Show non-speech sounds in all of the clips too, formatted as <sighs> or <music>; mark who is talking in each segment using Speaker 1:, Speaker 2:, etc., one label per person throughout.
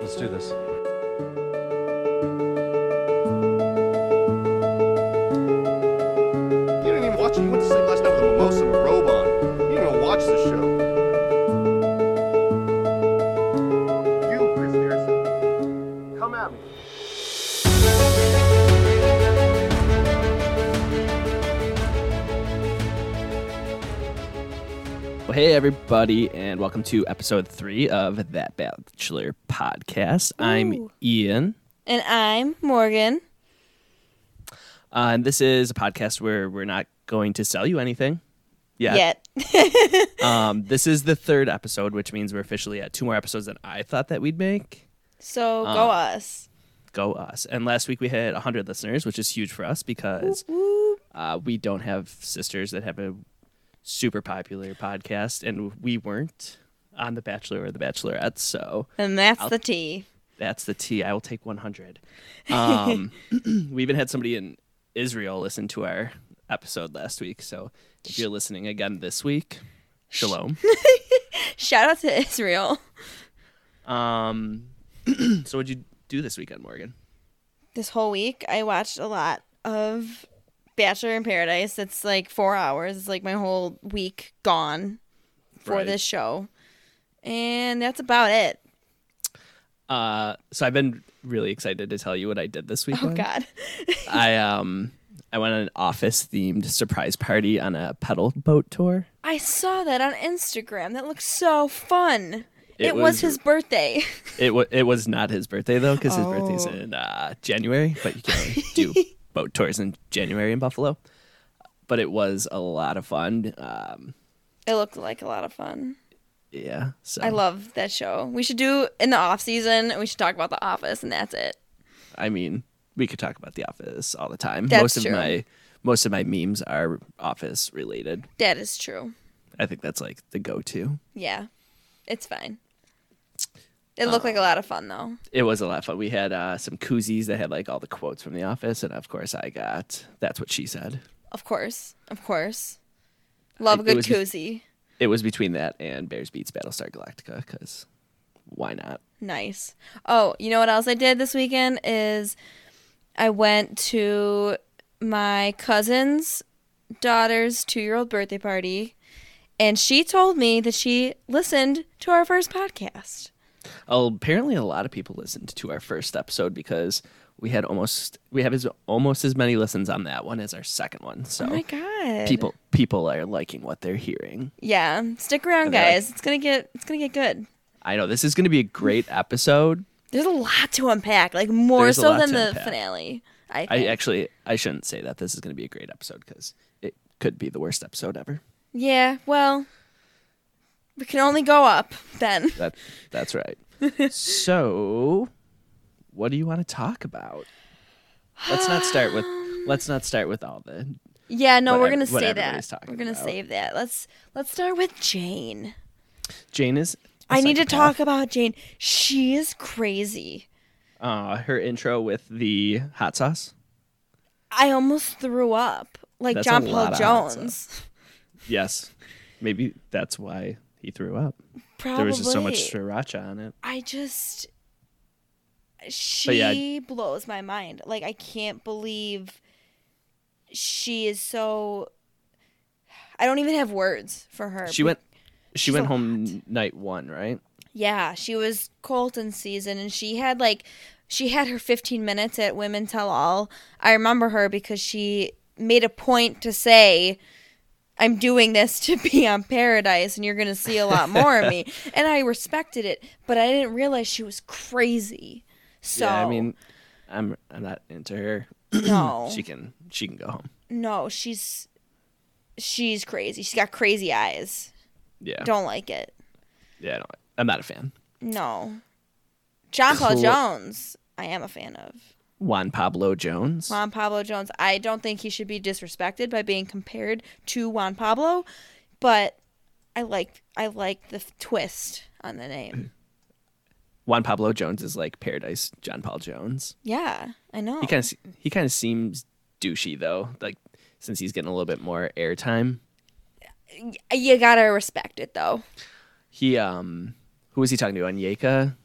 Speaker 1: Let's do this.
Speaker 2: You didn't even watch it. You went to sleep last night with a mimosa and a robe on. You didn't even watch the show. You, Chris Harrison, come at me.
Speaker 3: Well, hey, everybody, and welcome to episode three of That Bachelor podcast. I'm
Speaker 4: Ooh.
Speaker 3: Ian,
Speaker 4: And I'm Morgan.
Speaker 3: uh, and this is a podcast where we're not going to sell you anything yet.
Speaker 4: Yet. <laughs>
Speaker 3: Um, this is the third episode, which means we're officially at two more episodes than I thought that we'd make.
Speaker 4: So go us.
Speaker 3: Go us. And last week we hit 100 listeners, which is huge for us because
Speaker 4: Woo.
Speaker 3: uh, we don't have sisters that have a super popular podcast, and we weren't on The Bachelor or The Bachelorette, so.
Speaker 4: And that's the T.
Speaker 3: That's the T. I will take
Speaker 4: <laughs>
Speaker 3: 100. Um, we even had somebody in Israel listen to our episode last week. So if you're listening again this week,
Speaker 4: <laughs>
Speaker 3: shalom.
Speaker 4: Shout out to <laughs> Israel.
Speaker 3: Um, so what'd you do this weekend, Morgan?
Speaker 4: This whole week, I watched a lot of Bachelor in Paradise. That's like four hours. It's like my whole week gone for
Speaker 3: Right.
Speaker 4: this show. And that's about it.
Speaker 3: Uh, so I've been really excited to tell you what I did this
Speaker 4: Oh,
Speaker 3: weekend.
Speaker 4: God.
Speaker 3: I um I went on an office themed surprise party on a pedal boat tour.
Speaker 4: I saw that on Instagram. That looks so fun.
Speaker 3: It
Speaker 4: It,
Speaker 3: was-
Speaker 4: was his birthday. <laughs>
Speaker 3: It wa it was not his birthday though because his birthday's
Speaker 4: Oh.
Speaker 3: in uh, January, but you can do
Speaker 4: <laughs>
Speaker 3: boat tours in January in Buffalo. But it was a lot of fun. Um,
Speaker 4: it looked like a lot of fun.
Speaker 3: yeah, so
Speaker 4: I love that show. We should do in the off season. We should talk about the Office, and that's it.
Speaker 3: I mean, we could talk about The Office all the time.
Speaker 4: That's
Speaker 3: most of
Speaker 4: true.
Speaker 3: my most of my memes are Office related.
Speaker 4: That is true.
Speaker 3: I think that's like the go to.
Speaker 4: Yeah, it's fine. It looked
Speaker 3: Uh,
Speaker 4: like a lot of fun though.
Speaker 3: It was a lot of fun. We had uh, some koozies that had like all the quotes from The Office, and of course, I got that's what she said.
Speaker 4: Of course, of course. Love
Speaker 3: It-
Speaker 4: a
Speaker 3: it
Speaker 4: good
Speaker 3: was-
Speaker 4: koozie.
Speaker 3: It was between that and Bears beats Battlestar Galactica because why not?
Speaker 4: Nice. Oh, you know what else I did this weekend is I went to my cousin's daughter's two year old birthday party, and she told me that she listened to our first podcast.
Speaker 3: Oh, apparently a lot of people listened to our first episode because we had almost we have as almost as many listens on that one as our second one. So
Speaker 4: Oh my god!
Speaker 3: people people are liking what they're hearing.
Speaker 4: Yeah, stick around,
Speaker 3: they're like-
Speaker 4: guys. It's gonna get it's gonna get good.
Speaker 3: I know this is going to be a great episode.
Speaker 4: There's a lot to unpack, like more
Speaker 3: There's a
Speaker 4: so
Speaker 3: lot
Speaker 4: than
Speaker 3: to
Speaker 4: the
Speaker 3: unpack.
Speaker 4: finale. I,
Speaker 3: I
Speaker 4: think.
Speaker 3: actually I shouldn't say that this is going to be a great episode because it could be the worst episode ever.
Speaker 4: yeah. Well, we can only go up then.
Speaker 3: That that's
Speaker 4: <laughs>
Speaker 3: right. so, what do you want to talk about? Let's not start with
Speaker 4: Um.
Speaker 3: let's not start with all the
Speaker 4: Yeah, no,
Speaker 3: What
Speaker 4: we're
Speaker 3: ev-
Speaker 4: gonna
Speaker 3: what
Speaker 4: say
Speaker 3: everybody's
Speaker 4: that.
Speaker 3: talking
Speaker 4: We're gonna
Speaker 3: about.
Speaker 4: save that. Let's let's start with Jane.
Speaker 3: Jane is I
Speaker 4: I need to talk about Jane. She is crazy.
Speaker 3: uh, her intro with the hot sauce.
Speaker 4: I almost threw up, like
Speaker 3: That's a
Speaker 4: John
Speaker 3: lot
Speaker 4: Paul
Speaker 3: of hot sauce.
Speaker 4: Jones.
Speaker 3: Yes. Maybe that's why he threw up.
Speaker 4: Probably.
Speaker 3: There was just so much sriracha on it.
Speaker 4: I just she
Speaker 3: yeah, I-
Speaker 4: blows my mind. Like I can't believe she is so I don't even have words for her.
Speaker 3: She went she
Speaker 4: she's
Speaker 3: went
Speaker 4: so
Speaker 3: home n- night 1, right?
Speaker 4: Yeah, she was Colton season and she had like she had her 15 minutes at Women Tell All. I remember her because she made a point to say I'm doing this to be on Paradise and you're going to see a lot more
Speaker 3: <laughs>
Speaker 4: of me. And I respected it, but I didn't realize she was crazy. So
Speaker 3: yeah, I mean I'm I'm not into her.
Speaker 4: <clears throat> no.
Speaker 3: She can she can go home.
Speaker 4: no, she's she's crazy. She's got crazy eyes.
Speaker 3: Yeah.
Speaker 4: Don't like it.
Speaker 3: Yeah, I don't, I'm not a fan.
Speaker 4: No. John Paul
Speaker 3: Cl-
Speaker 4: Jones, I am a fan of.
Speaker 3: Juan Pablo Jones.
Speaker 4: Juan Pablo Jones. I don't think he should be disrespected by being compared to Juan Pablo, but I like I like the f- twist on
Speaker 3: <clears throat>
Speaker 4: the name.
Speaker 3: Juan Pablo Jones is like Paradise John Paul Jones.
Speaker 4: Yeah, I know.
Speaker 3: He kind of he kind of seems douchey though, like since he's getting a little bit more airtime.
Speaker 4: you
Speaker 3: <laughs>
Speaker 4: gotta respect it though.
Speaker 3: He um who was he talking to? Onyeka?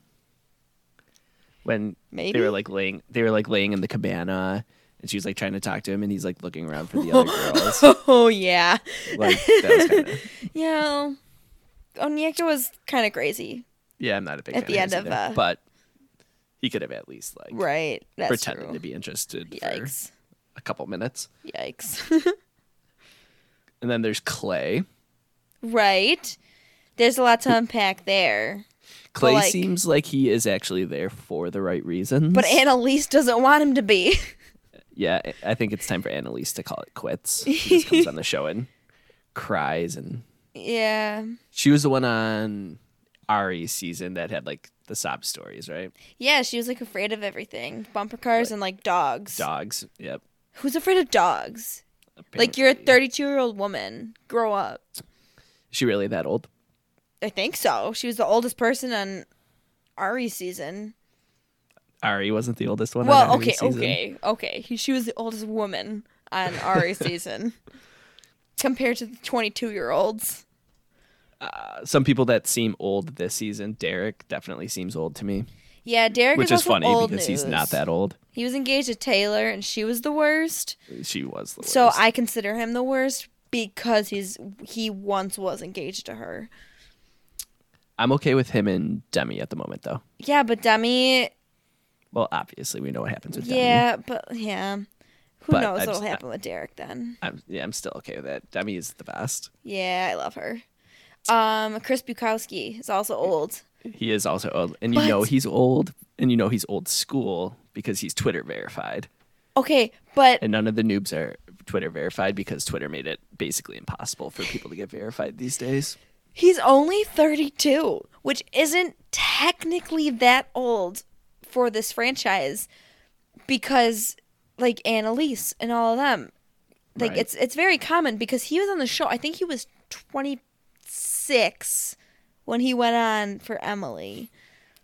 Speaker 3: when
Speaker 4: Maybe.
Speaker 3: they were like laying they were like laying in the cabana and she was like trying to talk to him and he's like looking around for the
Speaker 4: <laughs>
Speaker 3: other girls.
Speaker 4: oh yeah,
Speaker 3: Like that was kind of
Speaker 4: yeah. well, Onyeka was kind of crazy,
Speaker 3: yeah. I'm not a big
Speaker 4: At
Speaker 3: fan
Speaker 4: the
Speaker 3: his
Speaker 4: end of,
Speaker 3: either,
Speaker 4: uh,
Speaker 3: but he could have at least like
Speaker 4: right? That's
Speaker 3: pretended
Speaker 4: true.
Speaker 3: to be interested for
Speaker 4: Yikes!
Speaker 3: a couple minutes.
Speaker 4: Yikes! <laughs>
Speaker 3: And then there's Clay.
Speaker 4: right? There's a lot to unpack there,
Speaker 3: Clay
Speaker 4: like-
Speaker 3: seems like he is actually there for the right reasons.
Speaker 4: but Annalise doesn't want him to be. <laughs>
Speaker 3: yeah, I- I think it's time for Annalise to call it quits. She just comes on
Speaker 4: <laughs>
Speaker 3: the show and cries, and
Speaker 4: yeah,
Speaker 3: she was the one on Ari's season that had like the sob stories, right?
Speaker 4: yeah. She was like afraid of everything: bumper cars and like dogs.
Speaker 3: Dogs. Yep.
Speaker 4: Who's afraid of dogs? Like you're a
Speaker 3: apparently.
Speaker 4: 32 year old woman. Grow up.
Speaker 3: Is she really that old?
Speaker 4: I think so. She was the oldest person on Ari's season.
Speaker 3: Ari wasn't the oldest one. on
Speaker 4: well,
Speaker 3: Ari's
Speaker 4: okay,
Speaker 3: season.
Speaker 4: okay, okay. He- She was the oldest woman on
Speaker 3: <laughs>
Speaker 4: Ari's season compared to the 22 year olds.
Speaker 3: Uh, some people that seem old this season, Derek definitely seems old to me,
Speaker 4: Yeah, Derek
Speaker 3: which
Speaker 4: is,
Speaker 3: is funny because he's not that old.
Speaker 4: He was engaged to Taylor, and she was the worst.
Speaker 3: She was the worst.
Speaker 4: So I consider him the worst because he's he once was engaged to her.
Speaker 3: I'm okay with him and Demi at the moment, though.
Speaker 4: Yeah, but Demi.
Speaker 3: Well, obviously we know what happens with Demi.
Speaker 4: Yeah, but yeah. Who
Speaker 3: But
Speaker 4: knows
Speaker 3: I
Speaker 4: what'll
Speaker 3: just-
Speaker 4: happen with Derek then?
Speaker 3: I'm, yeah, I'm still okay with that. Demi is the best.
Speaker 4: Yeah, I love her. Um, Chris Bukowski is also old.
Speaker 3: He is also old, and you know
Speaker 4: But-
Speaker 3: he's old, and you know he's old school because he's Twitter verified,
Speaker 4: Okay, but
Speaker 3: and none of the noobs are Twitter verified because Twitter made it basically impossible for people to get verified these days.
Speaker 4: he's only 32, which isn't technically that old for this franchise because like Annalise and all of them. Like
Speaker 3: Right.
Speaker 4: it's it's very common because he was on the show. I think he was 26 when he went on for Emily.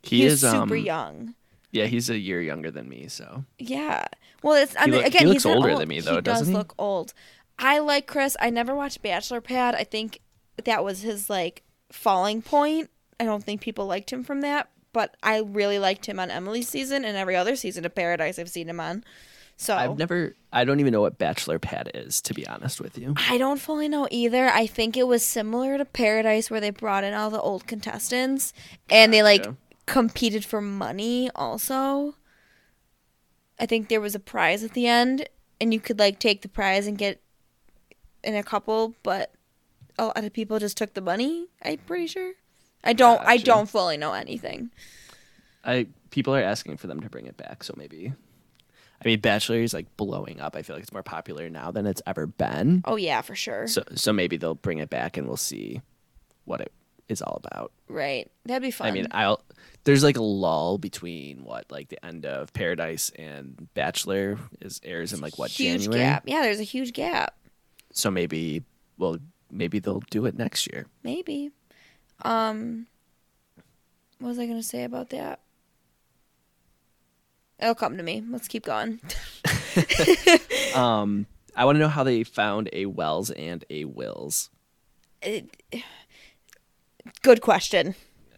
Speaker 3: He,
Speaker 4: He's
Speaker 3: is
Speaker 4: super
Speaker 3: um,
Speaker 4: young.
Speaker 3: Yeah, he's a year younger than me, so
Speaker 4: Yeah. Well, it's I
Speaker 3: He
Speaker 4: mean,
Speaker 3: look-
Speaker 4: again,
Speaker 3: he
Speaker 4: he's
Speaker 3: looks
Speaker 4: not
Speaker 3: older
Speaker 4: old.
Speaker 3: than me,
Speaker 4: he
Speaker 3: though,
Speaker 4: does
Speaker 3: doesn't he?
Speaker 4: look old. I like Chris. I never watched Bachelor Pad. I think that was his like falling point. I don't think people liked him from that, but I really liked him on Emily's season and every other season of Paradise I've seen him on. So
Speaker 3: I've never. I don't even know what Bachelor Pad is, to be honest with you.
Speaker 4: I don't fully know either. I think it was similar to Paradise where they brought in all the old contestants and they like
Speaker 3: Gotcha.
Speaker 4: competed for money also. I think there was a prize at the end and you could like take the prize and get in a couple, but a lot of people just took the money, I'm pretty sure. I don't I
Speaker 3: Gotcha.
Speaker 4: don't fully know anything.
Speaker 3: I people are asking for them to bring it back, so maybe. I mean, Bachelor is like blowing up. I feel like it's more popular now than it's ever been.
Speaker 4: Oh yeah, for sure.
Speaker 3: So, so maybe they'll bring it back, and we'll see what it is all about.
Speaker 4: right. That'd be fun.
Speaker 3: I mean, I'll there's like a lull between what like the end of Paradise and Bachelor is airs in like what
Speaker 4: huge
Speaker 3: January.
Speaker 4: gap. Yeah, there's a huge gap.
Speaker 3: So maybe, well, maybe they'll do it next year.
Speaker 4: Maybe. Um what was I gonna say about that? It'll come to me. Let's keep going. <laughs>
Speaker 3: Um, I want to know how they found a Wells and a Wills.
Speaker 4: It- Good question.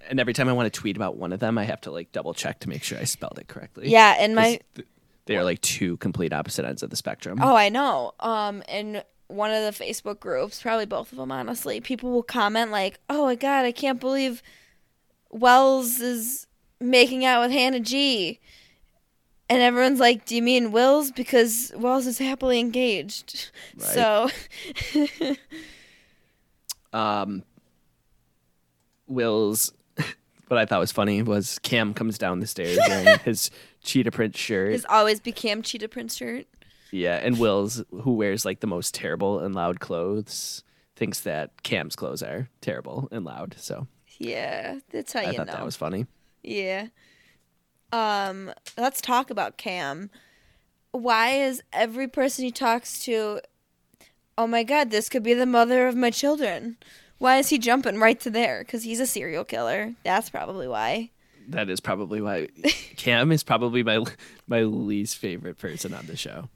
Speaker 3: and every time I want to tweet about one of them, I have to like double check to make sure I spelled it correctly.
Speaker 4: Yeah, and my
Speaker 3: 'Cause th- they are like two complete opposite ends of the spectrum.
Speaker 4: oh, I know. Um, in one of the Facebook groups, probably both of them, honestly, people will comment like, "Oh my god, I can't believe Wells is making out with Hannah G," and everyone's like, "Do you mean Wills? Because Wells is happily engaged." <laughs>
Speaker 3: Right.
Speaker 4: So
Speaker 3: Um, Will's <laughs> what I thought was funny was Cam comes down the stairs
Speaker 4: <laughs>
Speaker 3: wearing his cheetah print shirt.
Speaker 4: Is always be Cam Cheetah Print shirt.
Speaker 3: yeah, and Will's who wears like the most terrible and loud clothes thinks that Cam's clothes are terrible and loud. So
Speaker 4: Yeah, that's how
Speaker 3: I
Speaker 4: you know.
Speaker 3: thought that was funny.
Speaker 4: yeah. Um, let's talk about Cam. Why is every person he talks to, oh my god, this could be the mother of my children? Why is he jumping right to there? Because he's a serial killer. That's probably why.
Speaker 3: That is probably
Speaker 4: <laughs>
Speaker 3: why Cam is probably my my least favorite person on the show.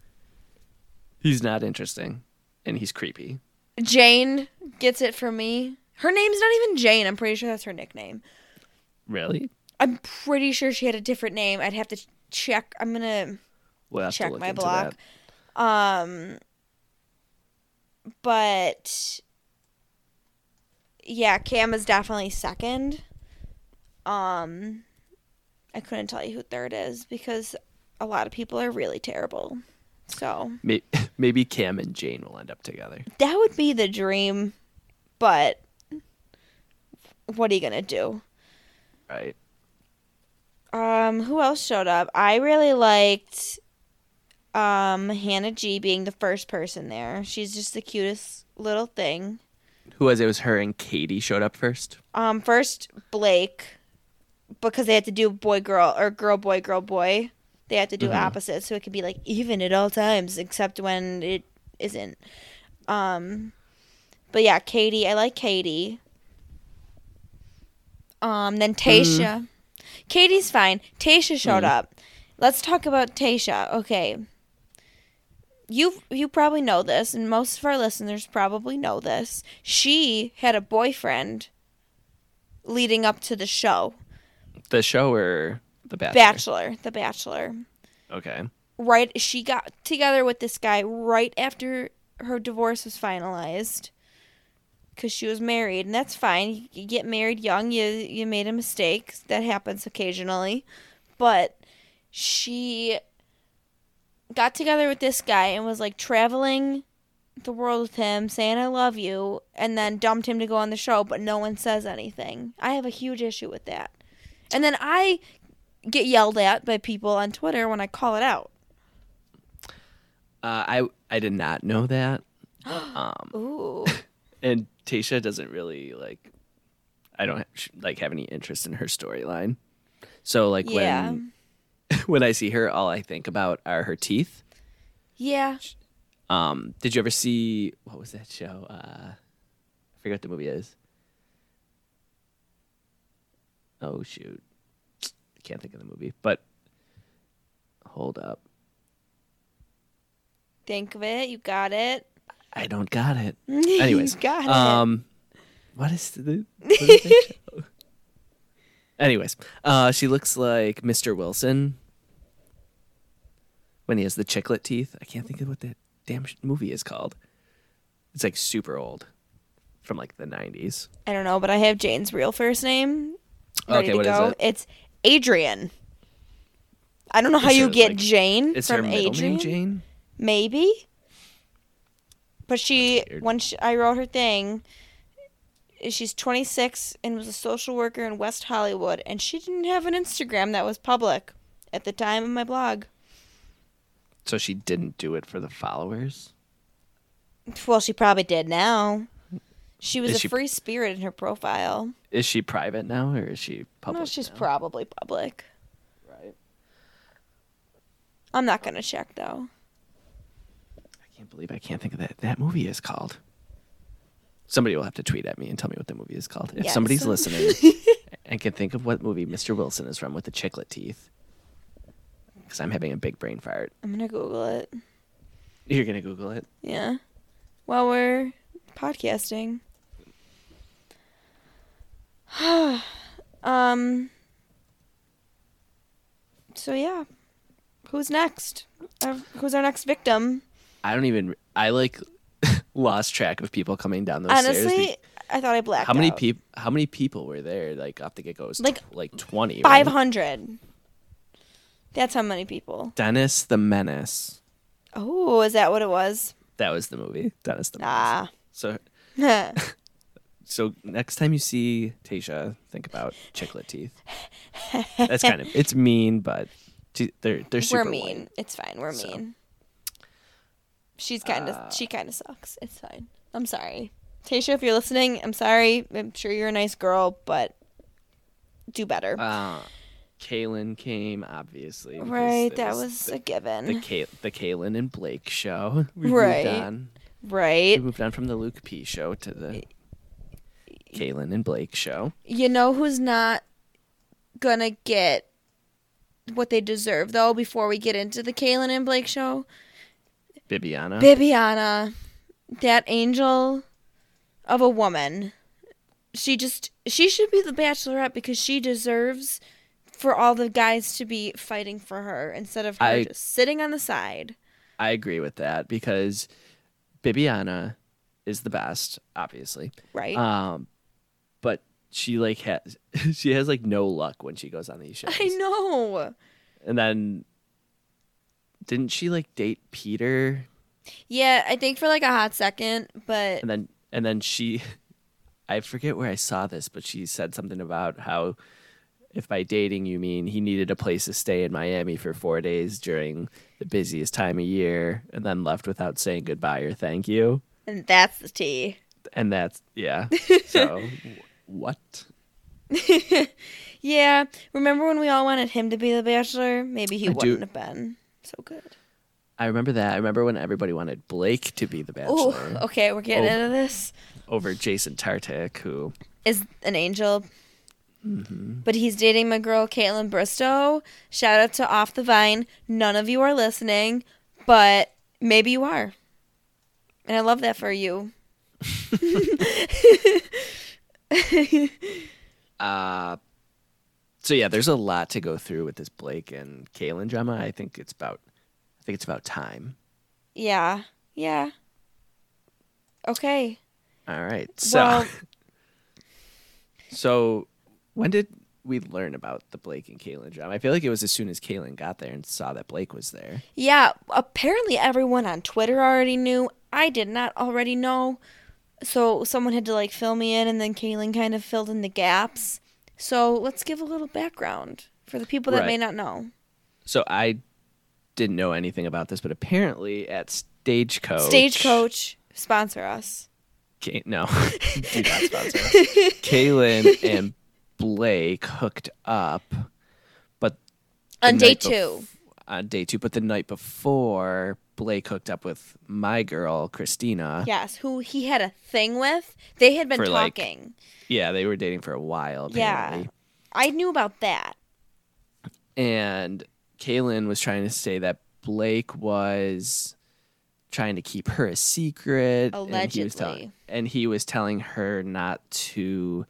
Speaker 3: He's not interesting, and he's creepy.
Speaker 4: Jane gets it from me. Her name's not even Jane. I'm pretty sure that's her nickname.
Speaker 3: Really?
Speaker 4: I'm pretty sure she had a different name. I'd have to check. I'm gonna
Speaker 3: We'll have
Speaker 4: check
Speaker 3: to look
Speaker 4: my
Speaker 3: into
Speaker 4: block.
Speaker 3: that.
Speaker 4: Um, but yeah, Cam is definitely second. Um, I couldn't tell you who third is because a lot of people are really terrible. So
Speaker 3: May- <laughs> Maybe Cam and Jane will end up together.
Speaker 4: that would be the dream, but what are you gonna do?
Speaker 3: Right.
Speaker 4: Um, who else showed up? I really liked um Hannah G being the first person there. She's just the cutest little thing.
Speaker 3: Who was it? It Was her and Katie showed up first?
Speaker 4: Um, first Blake, because they had to do boy girl or girl boy girl boy. They had to do
Speaker 3: Mhm.
Speaker 4: opposites, so it could be like even at all times, except when it isn't. Um, but yeah, Katie, I like Katie. Um, then Tasha, Katie's fine. Tasha showed
Speaker 3: Mm.
Speaker 4: up. Let's talk about Tasha. Okay. You you probably know this, and most of our listeners probably know this. She had a boyfriend leading up to the show,
Speaker 3: The show or the Bachelor?
Speaker 4: Bachelor, The Bachelor.
Speaker 3: Okay.
Speaker 4: Right, she got together with this guy right after her divorce was finalized, because she was married, and that's fine. You get married young, you you made a mistake that happens occasionally, but she got together with this guy and was like traveling the world with him, saying "I love you," and then dumped him to go on the show, but no one says anything. I have a huge issue with that, and then I get yelled at by people on Twitter when I call it out.
Speaker 3: Uh, I I did not know
Speaker 4: <gasps>
Speaker 3: that. Um,
Speaker 4: Ooh.
Speaker 3: and Tasha doesn't really like. I don't sh like have any interest in her storyline. So like <laughs>
Speaker 4: yeah.
Speaker 3: when <laughs> when I see her, all I think about are her teeth.
Speaker 4: Yeah.
Speaker 3: Um, did you ever see what was that show? Uh, I forget what the movie is. Oh shoot, I can't think of the movie. But hold up,
Speaker 4: Think of it. You got it. <laughs>
Speaker 3: I don't got it.
Speaker 4: you
Speaker 3: Anyways,
Speaker 4: got it.
Speaker 3: um, what is the? What is
Speaker 4: <laughs>
Speaker 3: that show? Anyways, uh, she looks like Mr. Wilson when he has the chiclet teeth. I can't think of what that damn sh- movie is called. It's like super old, from like the nineties.
Speaker 4: I don't know, but I have Jane's real first name. Ready
Speaker 3: Okay,
Speaker 4: to
Speaker 3: what is
Speaker 4: go.
Speaker 3: it?
Speaker 4: It's Adrian. I don't know how
Speaker 3: Is
Speaker 4: you
Speaker 3: her,
Speaker 4: get
Speaker 3: like-
Speaker 4: Jane
Speaker 3: Is her
Speaker 4: from
Speaker 3: middle
Speaker 4: Adrian.
Speaker 3: name Jane?
Speaker 4: Maybe. But she,
Speaker 3: That's weird.
Speaker 4: when she, I wrote her thing, she's 26 and was a social worker in West Hollywood, and she didn't have an Instagram that was public at the time of my blog.
Speaker 3: So she didn't do it for the followers.
Speaker 4: Well, she probably did now. She was
Speaker 3: Is
Speaker 4: a
Speaker 3: she-
Speaker 4: free spirit in her profile.
Speaker 3: Is she private now or is she public?
Speaker 4: no, she's
Speaker 3: now?
Speaker 4: probably public.
Speaker 3: Right.
Speaker 4: I'm not gonna check though.
Speaker 3: I can't believe I can't think of that. That movie is called. Somebody will have to tweet at me and tell me what the movie is called. If
Speaker 4: Yes. <laughs>
Speaker 3: somebody's listening and can think of what movie Mr. Wilson is from with the chiclet teeth, because I'm having a big brain fart.
Speaker 4: I'm gonna Google it.
Speaker 3: You're gonna Google it.
Speaker 4: Yeah. While we're podcasting. <sighs> um. So yeah, who's next? Uh, who's our next victim?
Speaker 3: I don't even. I like <laughs> lost track of people coming down those stairs.
Speaker 4: Honestly,
Speaker 3: be-
Speaker 4: I thought I blacked
Speaker 3: how many
Speaker 4: out.
Speaker 3: people? How many people were there? Like off the get go, it was
Speaker 4: Like,
Speaker 3: like like twenty.
Speaker 4: Five
Speaker 3: right?
Speaker 4: hundred. That's how many people.
Speaker 3: Dennis the Menace.
Speaker 4: Oh, is that what it was?
Speaker 3: That was the movie. Dennis the Menace. <laughs>
Speaker 4: Ah. <laughs>
Speaker 3: So
Speaker 4: Huh.
Speaker 3: so next time you see Tasha, think about chiclet teeth. That's kind of it's mean, but t- they're they're super
Speaker 4: we're mean.
Speaker 3: white.
Speaker 4: It's fine. We're
Speaker 3: so. Uh.
Speaker 4: mean. She's kind of she kind of sucks. It's fine. I'm sorry, Tasha. If you're listening, I'm sorry. I'm sure you're a nice girl, but do better.
Speaker 3: Uh, Kaylin came obviously. because
Speaker 4: right?
Speaker 3: it
Speaker 4: That was a given. <laughs>
Speaker 3: the Kay- the Kaylin and Blake show. We
Speaker 4: Right.
Speaker 3: moved on. We
Speaker 4: right?
Speaker 3: moved on from the Luke P show to the Kaylin and Blake show.
Speaker 4: You know who's not gonna get what they deserve though? Before we get into the Kaylin and Blake show,
Speaker 3: Bibiana.
Speaker 4: Bibiana, that angel of a woman. She just she should be the bachelorette because she deserves for all the guys to be fighting for her instead of her
Speaker 3: I-
Speaker 4: just sitting on the side.
Speaker 3: I agree with that because Bibiana is the best, obviously.
Speaker 4: Right.
Speaker 3: Um, but she like has <laughs> she has like no luck when she goes on these shows.
Speaker 4: <laughs> I know.
Speaker 3: And then didn't she like date Peter?
Speaker 4: Yeah, I think for like a hot second, but
Speaker 3: And then and then she <laughs> I forget where I saw this, but she said something about how if by dating you mean he needed a place to stay in Miami for 4 days during the busiest time of year and then left without saying goodbye or thank you.
Speaker 4: and that's the tea.
Speaker 3: and that's
Speaker 4: <laughs>
Speaker 3: yeah. So wh- what?
Speaker 4: Yeah, remember when we all wanted him to be the bachelor? Maybe he
Speaker 3: I do-
Speaker 4: wouldn't have been so good.
Speaker 3: I remember that. I remember when everybody wanted Blake to be the
Speaker 4: Oh,
Speaker 3: bachelor
Speaker 4: okay, we're getting
Speaker 3: Oh.
Speaker 4: into this.
Speaker 3: over Jason Tartak, who
Speaker 4: Is an angel, but he's dating my girl Caitlin Bristow. Shout out to Off the Vine. None of you are listening, but maybe you are, and I love that for you.
Speaker 3: uh so yeah, there's a lot to go through with this Blake and Kalen drama. I think it's about I think it's about time.
Speaker 4: Yeah, yeah. Okay.
Speaker 3: All right. So
Speaker 4: Well-
Speaker 3: <laughs> So when did we learn about the Blake and Kalen drama? I feel like it was as soon as Kalen got there and saw that Blake was there.
Speaker 4: Yeah, apparently everyone on Twitter already knew. I did not already know. So someone had to like fill me in, and then Kaylin kind of filled in the gaps. So let's give a little background for the people that may
Speaker 3: Right.
Speaker 4: not know.
Speaker 3: So I didn't know anything about this, but apparently at Stagecoach.
Speaker 4: Stagecoach, sponsor us.
Speaker 3: Ka- no, do not sponsor. us. Kaylin and Blake hooked up, but the
Speaker 4: On day
Speaker 3: night
Speaker 4: two.
Speaker 3: on day two, but the night before, Blake hooked up with my girl Christina.
Speaker 4: Yes, who he had a thing with. They had been
Speaker 3: For, like,
Speaker 4: talking.
Speaker 3: Yeah, they were dating for a while.
Speaker 4: Yeah.
Speaker 3: Apparently.
Speaker 4: I knew about that.
Speaker 3: and Kaylin was trying to say that Blake was trying to keep her a secret. And he, was
Speaker 4: Allegedly.
Speaker 3: telling, and he was telling her not to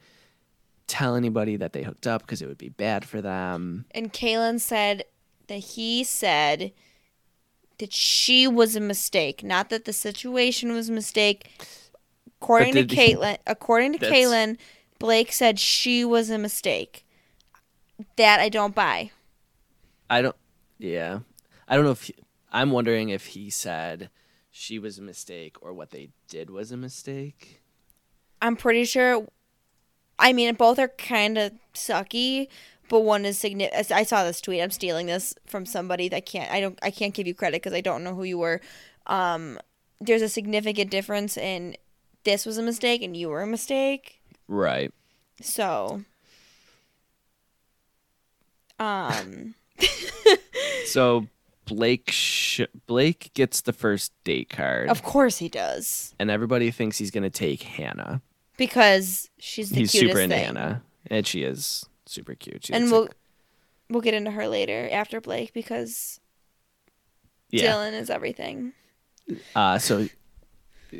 Speaker 3: tell anybody that they hooked up because it would be bad for them.
Speaker 4: And Kaylin said that he said that she was a mistake, not that the situation was a mistake. According to
Speaker 3: But did he-
Speaker 4: Caitlin, according to
Speaker 3: That's-
Speaker 4: Caitlin, Blake said she was a mistake. That I don't buy.
Speaker 3: I don't, yeah. I don't know if, he- I'm wondering if he said she was a mistake or what they did was a mistake.
Speaker 4: I'm pretty sure. I mean, both are kind of sucky, but one is significant. I saw this tweet. I'm stealing this from somebody. I can't. I don't. I can't give you credit because I don't know who you were. Um, there's a significant difference in this was a mistake and you were a mistake.
Speaker 3: Right.
Speaker 4: So, um,
Speaker 3: So Blake, sh- Blake gets the first date card
Speaker 4: of course he does
Speaker 3: and everybody thinks he's going to take Hannah.
Speaker 4: because she's the
Speaker 3: he's
Speaker 4: cutest
Speaker 3: super into
Speaker 4: thing.
Speaker 3: Hannah, and she is super cute. She
Speaker 4: And
Speaker 3: looks
Speaker 4: we'll
Speaker 3: like-
Speaker 4: we'll get into her later after Blake because
Speaker 3: yeah.
Speaker 4: Dylan is everything.
Speaker 3: Uh, so,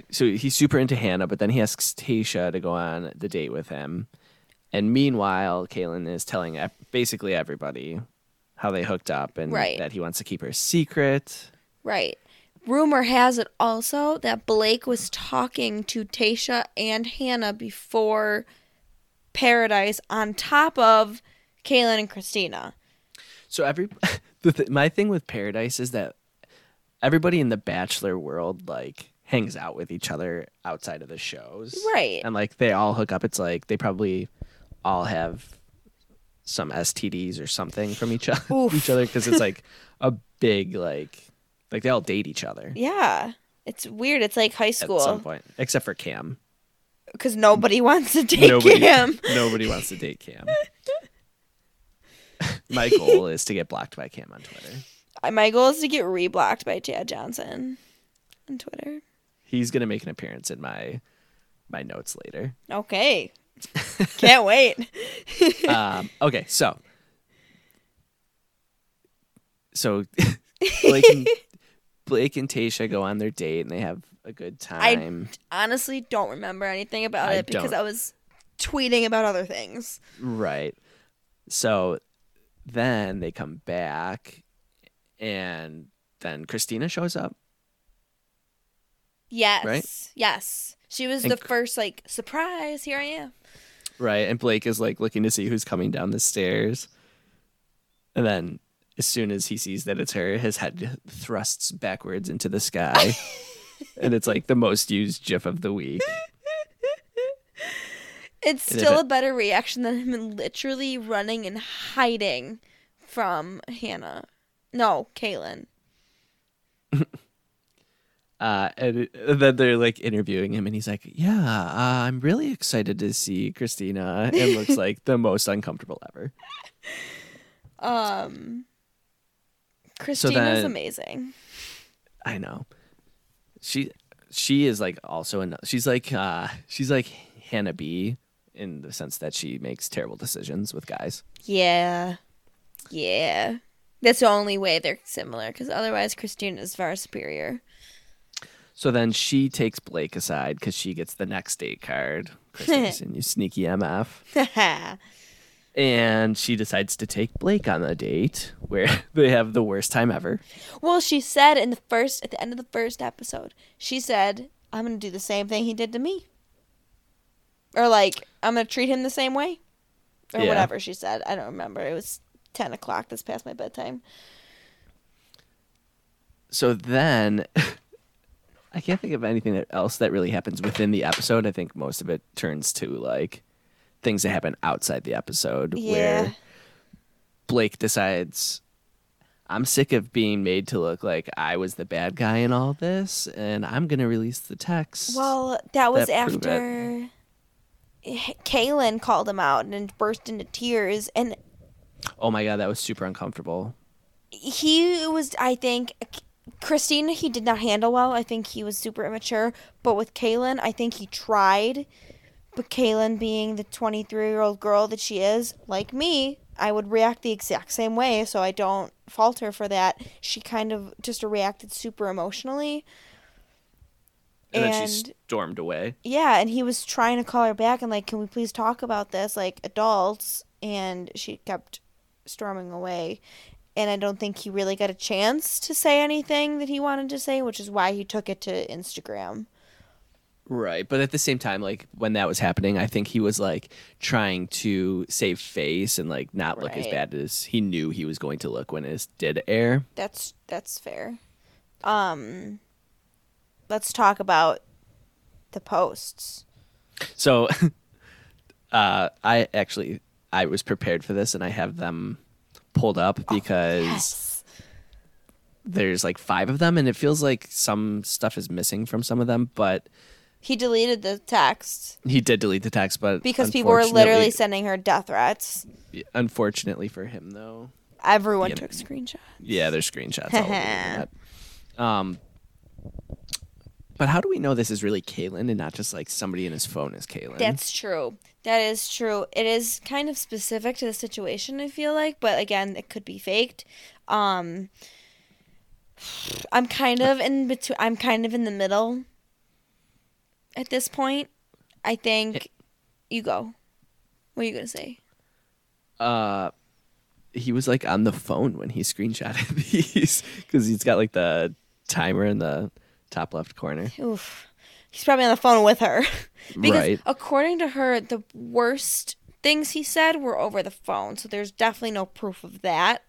Speaker 3: so he's super into Hannah, but then he asks Tasha to go on the date with him, and meanwhile, Kaylin is telling ev- basically everybody how they hooked up and
Speaker 4: Right.
Speaker 3: that he wants to keep her secret.
Speaker 4: Right. Rumor has it also that Blake was talking to Tasha and Hannah before Paradise on top of Kaylin and Christina.
Speaker 3: So every <laughs> the th- my thing with Paradise is that everybody in the Bachelor world like hangs out with each other outside of the shows,
Speaker 4: Right.
Speaker 3: And like they all hook up. It's like they probably all have some STDs or something from each other,
Speaker 4: Oof.
Speaker 3: <laughs> each other, because it's
Speaker 4: <laughs>
Speaker 3: like a big like like they all date each other
Speaker 4: Yeah. It's weird. It's like high
Speaker 3: at some
Speaker 4: school
Speaker 3: point, except for Cam.
Speaker 4: because nobody <laughs> wants to date
Speaker 3: nobody,
Speaker 4: him. <laughs>
Speaker 3: <laughs> nobody wants to date Cam. <laughs> my goal is to get blocked by Cam on Twitter.
Speaker 4: My goal is to get reblocked by Chad Johnson on Twitter.
Speaker 3: he's gonna make an appearance in my my notes later. <laughs>
Speaker 4: Okay. Can't wait.
Speaker 3: Um, okay, so so Blake and, Blake and Tasha go on their date and they have a good
Speaker 4: I-
Speaker 3: time.
Speaker 4: Honestly, don't remember anything about
Speaker 3: I
Speaker 4: it because
Speaker 3: don't.
Speaker 4: I was tweeting about other things.
Speaker 3: Right. So then they come back and then Christina shows up.
Speaker 4: Yes. Yes. She was
Speaker 3: And
Speaker 4: the
Speaker 3: c-
Speaker 4: first like surprise, here I am.
Speaker 3: Right. And Blake is like looking to see who's coming down the stairs. And then as soon as he sees that it's her, his head thrusts backwards into the sky. and it's like the most used gif of the week.
Speaker 4: It's
Speaker 3: And if
Speaker 4: still
Speaker 3: it-
Speaker 4: a better reaction than him literally running and hiding from Hannah. No, Kaylin.
Speaker 3: Uh, and it- and then they're like interviewing him, and he's like, "Yeah, uh, I'm really excited to see Christina." It looks like the most uncomfortable ever.
Speaker 4: Um Christina's
Speaker 3: then-
Speaker 4: amazing.
Speaker 3: I know. She she is like also in, she's like uh, she's like Hannah B in the sense that she makes terrible decisions with guys.
Speaker 4: Yeah. Yeah. That's the only way they're similar because otherwise Christina's
Speaker 3: <laughs>
Speaker 4: far superior. <laughs>
Speaker 3: So then she takes Blake aside because she gets the next date card. Christensen, you sneaky MF. And she decides to take Blake on a date where <laughs> they have the worst time ever.
Speaker 4: Well, she said in the first, at the end of the first episode, she said, "I'm gonna do the same thing he did to me," or like, "I'm gonna treat him the same way," or
Speaker 3: Yeah.
Speaker 4: whatever she said. I don't remember. It was ten o'clock. That's past my bedtime.
Speaker 3: so then <laughs> I can't think of anything that- else that really happens within the episode. I think most of it turns to like things that happen outside the episode
Speaker 4: Yeah.
Speaker 3: where Blake decides I'm sick of being made to look like I was the bad guy in all this and I'm going to release the text.
Speaker 4: Well, that was
Speaker 3: That proved
Speaker 4: after Kaylin called him out and burst into tears, and
Speaker 3: oh my god, that was super uncomfortable.
Speaker 4: he was i think christina he did not handle well i think he was super immature but with kaylin i think he tried but kaylin being the 23 year old girl that she is like me i would react the exact same way so i don't fault her for that she kind of just reacted super emotionally
Speaker 3: And, then
Speaker 4: And-
Speaker 3: she stormed away.
Speaker 4: yeah and he was trying to call her back and like can we please talk about this like adults and she kept storming away and i don't think he really got a chance to say anything that he wanted to say which is why he took it to instagram
Speaker 3: Right. But at the same time, like when that was happening, I think he was like trying to save face and like not look as
Speaker 4: Right.
Speaker 3: bad as he knew he was going to look when it did air.
Speaker 4: that's that's fair um let's talk about the posts
Speaker 3: So <laughs> uh, I actually I was prepared for this and I have them pulled up
Speaker 4: Oh,
Speaker 3: because there's like five of them and it feels like some stuff is missing from some of them, but
Speaker 4: he deleted the text
Speaker 3: he did delete the text, but
Speaker 4: because people were literally
Speaker 3: unfortunately-
Speaker 4: sending her death threats
Speaker 3: unfortunately for him though.
Speaker 4: everyone
Speaker 3: Yeah.
Speaker 4: took screenshots
Speaker 3: Yeah, there's screenshots all over the internet. Um, but how do we know this is really Kalen and not just like somebody in his phone is Kalen?
Speaker 4: That's true. That is true. It is kind of specific to the situation, I feel like, but again, it could be faked. Um I'm kind of in between I'm kind of in the middle at this point. I think you go. What are you going to say?
Speaker 3: Uh, he was like on the phone when he <laughs> screenshotted these because he's got like the timer in the top left corner.
Speaker 4: Oof. He's probably on the phone with her. <laughs> because
Speaker 3: Right.
Speaker 4: according to her, the worst things he said were over the phone. So there's definitely no proof of that.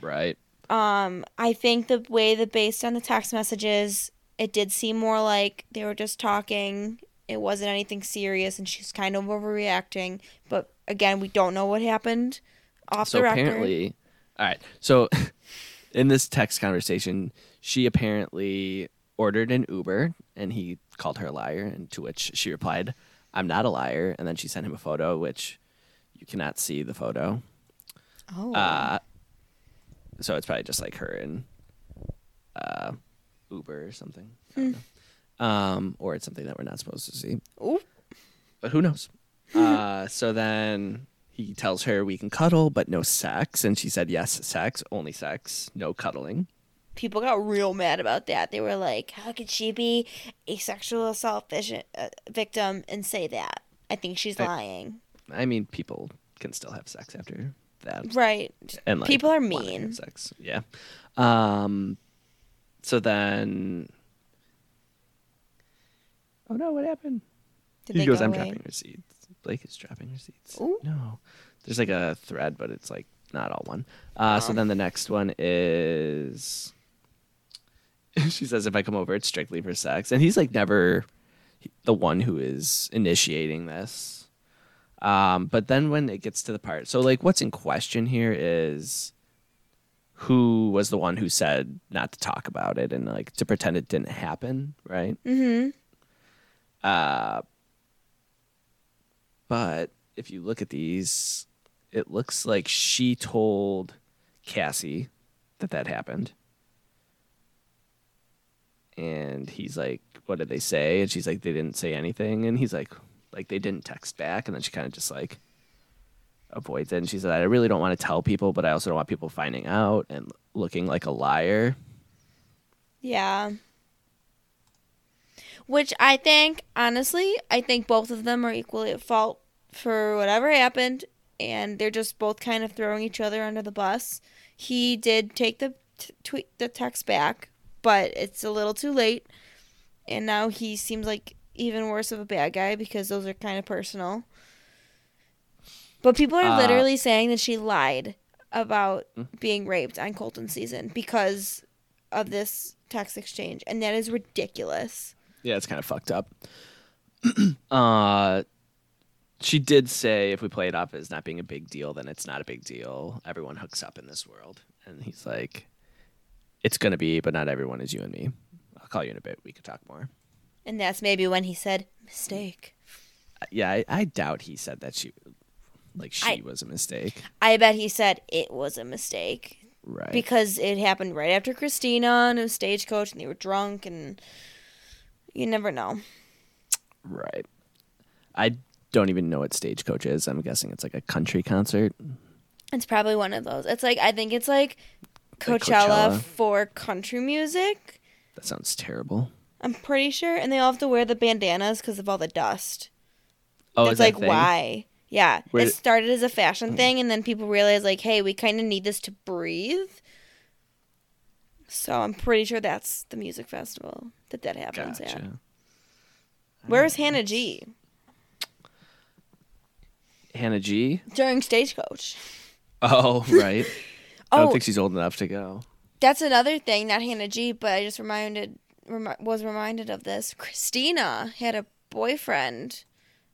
Speaker 3: Right.
Speaker 4: Um, I think the way that based on the text messages, it did seem more like they were just talking. It wasn't anything serious, and she's kind of overreacting. But again, we don't know what happened off
Speaker 3: So
Speaker 4: the record.
Speaker 3: apparently, all right. So <laughs> in this text conversation, she apparently ordered an Uber and he called her a liar, and to which she replied, I'm not a liar. And then she sent him a photo, which you cannot see the photo.
Speaker 4: oh,
Speaker 3: Uh, so it's probably just like her and uh, Uber or something. I don't know. Um, or it's something that we're not supposed to see.
Speaker 4: Oop.
Speaker 3: But who knows? uh, so then he tells her we can cuddle, but no sex. And she said, yes, sex, only sex, no cuddling.
Speaker 4: people got real mad about that. They were like, "How could she be a sexual assault vision, uh, victim and say that?" I think she's lying.
Speaker 3: I mean, people can still have sex after them
Speaker 4: Right.
Speaker 3: and like
Speaker 4: People are
Speaker 3: wanna
Speaker 4: mean.
Speaker 3: have Sex. Yeah. Um. So then. Oh no! What happened?
Speaker 4: Did
Speaker 3: he
Speaker 4: they
Speaker 3: goes,
Speaker 4: go
Speaker 3: "I'm
Speaker 4: away?
Speaker 3: dropping receipts." Blake is dropping receipts.
Speaker 4: Ooh.
Speaker 3: No, there's like a thread, but it's like not all one. Uh, So then the next one is. <laughs> she says, "If I come over, it's strictly for sex," and he's like never the one who is initiating this. Um, but then when it gets to the part, so like what's in question here is who was the one who said not to talk about it and like to pretend it didn't happen, right? Mm-hmm. Uh, but if you look at these, it looks like she told Cassie that that happened. And he's like, What did they say? And she's like, They didn't say anything. And he's like, Like, they didn't text back. And then she kind of just like avoids it. And she said, I really don't want to tell people, but I also don't want people finding out and looking like a liar.
Speaker 4: Yeah. Which I think, honestly, I think both of them are equally at fault for whatever happened, and they're just both kind of throwing each other under the bus. He did take the t- tweet, the text back, but it's a little too late, and now he seems like even worse of a bad guy because those are kind of personal. But people are
Speaker 3: Uh,
Speaker 4: literally saying that she lied about being raped on Colton season because of this tax exchange, and that is ridiculous.
Speaker 3: Yeah, it's kind of fucked up. <clears throat> uh, she did say if we play it off as not being a big deal, then it's not a big deal. Everyone hooks up in this world. And he's like, it's going to be, but not everyone is you and me. I'll call you in a bit. We could talk more.
Speaker 4: And that's maybe when he said mistake.
Speaker 3: Uh, Yeah, I, I doubt he said that she, like, she
Speaker 4: I-
Speaker 3: was a mistake.
Speaker 4: I bet he said it was a mistake
Speaker 3: Right.
Speaker 4: because it happened right after Christina and it was stagecoach, and they were drunk, and you never know.
Speaker 3: right. I don't even know what stagecoach is. I'm guessing it's like a country concert.
Speaker 4: It's probably one of those. It's like I think it's like
Speaker 3: Like
Speaker 4: Coachella,
Speaker 3: Coachella.
Speaker 4: for country music.
Speaker 3: That sounds terrible.
Speaker 4: I'm pretty sure, and they all have to wear the bandanas because of all the dust.
Speaker 3: Oh,
Speaker 4: That's
Speaker 3: is that
Speaker 4: like
Speaker 3: a thing?
Speaker 4: why. Yeah,
Speaker 3: Where- Mm.
Speaker 4: it started as a fashion thing, and then people realized like, hey, we kind of need this to breathe. So I'm pretty sure that's the music festival that that happens at.
Speaker 3: Gotcha.
Speaker 4: Where's Hannah G
Speaker 3: Hannah G.
Speaker 4: during Stagecoach?
Speaker 3: Oh, <laughs> right. I don't
Speaker 4: Oh,
Speaker 3: think she's old enough to go.
Speaker 4: that's another thing. Not Hannah G, but I just reminded remi- was reminded of this. Christina had a boyfriend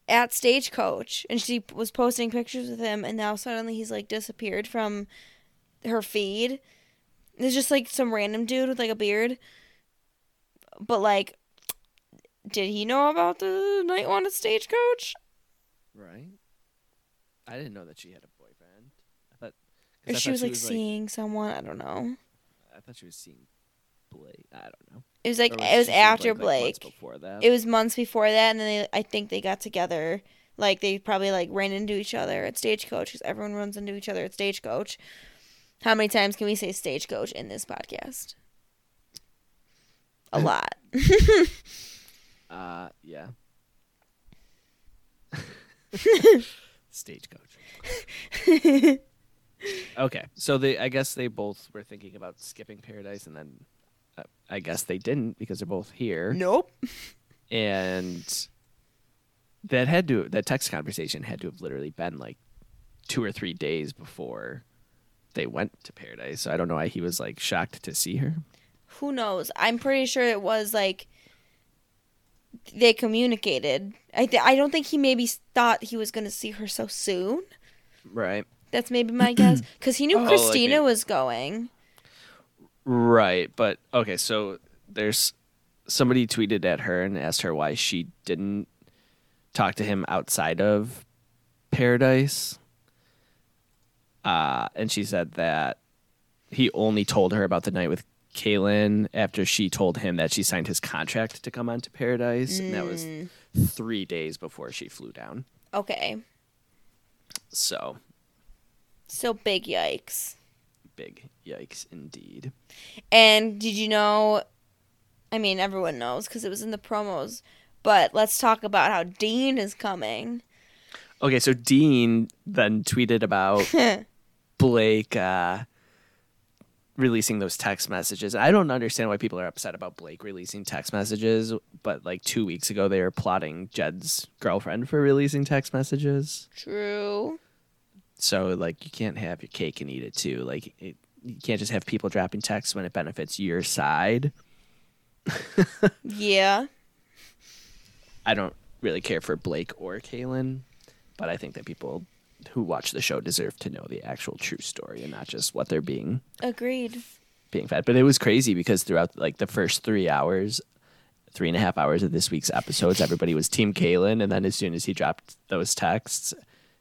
Speaker 4: at Stagecoach, and she was posting pictures with him, and now suddenly he's like disappeared from her feed. It's just like some random dude with like a beard, but like, did he know about the night one at Stagecoach?
Speaker 3: Right. I didn't know that she had a boyfriend. I thought, 'cause
Speaker 4: Or
Speaker 3: I
Speaker 4: she
Speaker 3: thought
Speaker 4: was like seeing someone. I don't know.
Speaker 3: I thought she was seeing Blake. I don't know.
Speaker 4: It was like
Speaker 3: Or
Speaker 4: it was
Speaker 3: she seeing
Speaker 4: after
Speaker 3: like, months
Speaker 4: Blake.
Speaker 3: before that.
Speaker 4: it was months before that and then they, i think they got together like they probably like ran into each other at stagecoach because everyone runs into each other at stagecoach how many times can we say stagecoach in this podcast a lot
Speaker 3: uh,
Speaker 4: <laughs>
Speaker 3: yeah.
Speaker 4: <laughs>
Speaker 3: Stagecoach. okay, so they. I guess they both were thinking about skipping Paradise, and then uh, I guess they didn't because they're both here.
Speaker 4: nope
Speaker 3: and that had to that text conversation had to have literally been like two or three days before they went to paradise so i don't know why he was like shocked to see her
Speaker 4: who knows i'm pretty sure it was like they communicated i th- i don't think he maybe thought he was going to see her so soon
Speaker 3: right
Speaker 4: that's maybe my guess because he knew
Speaker 3: Oh, like
Speaker 4: christina
Speaker 3: maybe-
Speaker 4: was going
Speaker 3: right but okay so there's somebody tweeted at her and asked her why she didn't talk to him outside of paradise uh, and she said that he only told her about the night with Kaylin after she told him that she signed his contract to come onto Paradise, and that was three days before she flew down.
Speaker 4: okay
Speaker 3: So
Speaker 4: so big yikes
Speaker 3: big yikes indeed.
Speaker 4: And did you know? I mean, everyone knows because it was in the promos. But let's talk about how Dean is coming.
Speaker 3: Okay, so Dean then tweeted about Blake uh, releasing those text messages. I don't understand why people are upset about Blake releasing text messages, but like two weeks ago, they were plotting Jed's girlfriend for releasing text messages.
Speaker 4: True.
Speaker 3: So like, you can't have your cake and eat it too. Like, it, you can't just have people dropping texts when it benefits your side.
Speaker 4: Yeah.
Speaker 3: I don't really care for Blake or Kalen, but I think that people who watch the show deserve to know the actual true story and not just what they're being
Speaker 4: Agreed.
Speaker 3: being fed. But it was crazy because throughout like the first three hours, three and a half hours of this week's episodes, everybody was Team Kalen, and then as soon as he dropped those texts,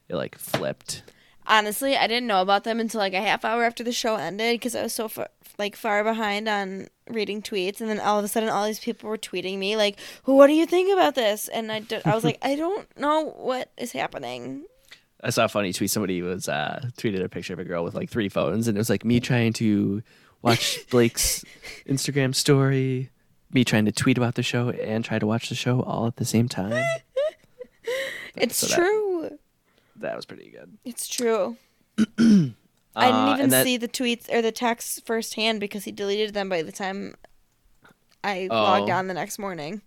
Speaker 3: it like flipped.
Speaker 4: Honestly, I didn't know about them until like a half hour after the show ended because I was so far, like far behind on reading tweets, and then all of a sudden, all these people were tweeting me like, "What do you think about this?" And I, did, I <laughs> was like, "I don't know what is happening."
Speaker 3: I saw a funny tweet. Somebody was uh, tweeted a picture of a girl with like three phones, and it was like me trying to watch Blake's Instagram story, me trying to tweet about the show, and try to watch the show all at the same time.
Speaker 4: It's
Speaker 3: so that-
Speaker 4: true.
Speaker 3: That was pretty good.
Speaker 4: It's true. I
Speaker 3: Uh,
Speaker 4: didn't even
Speaker 3: and that-
Speaker 4: see the tweets or the texts firsthand because he deleted them by the time I
Speaker 3: Oh.
Speaker 4: logged on the next morning.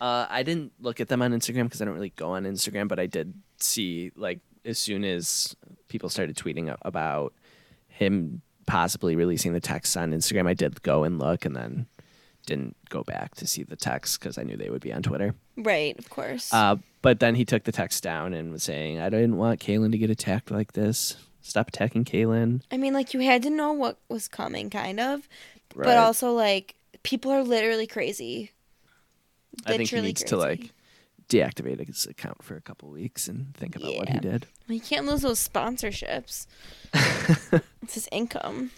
Speaker 3: Uh, I didn't look at them on Instagram because I don't really go on Instagram, but I did see like as soon as people started tweeting a- about him possibly releasing the text on Instagram, I did go and look, and then didn't go back to see the text because I knew they would be on Twitter.
Speaker 4: Right, of course.
Speaker 3: Uh, but then he took the text down and was saying, "I didn't want Kalen to get attacked like this. Stop attacking Kalen."
Speaker 4: I mean, like you had to know what was coming, kind of,
Speaker 3: Right.
Speaker 4: but also like people are literally crazy.
Speaker 3: I think he
Speaker 4: Literally
Speaker 3: needs to
Speaker 4: crazy.
Speaker 3: like deactivate his account for a couple weeks and think about what he
Speaker 4: Yeah.
Speaker 3: did.
Speaker 4: Well, you can't lose those
Speaker 3: <laughs>
Speaker 4: sponsorships. it's his income.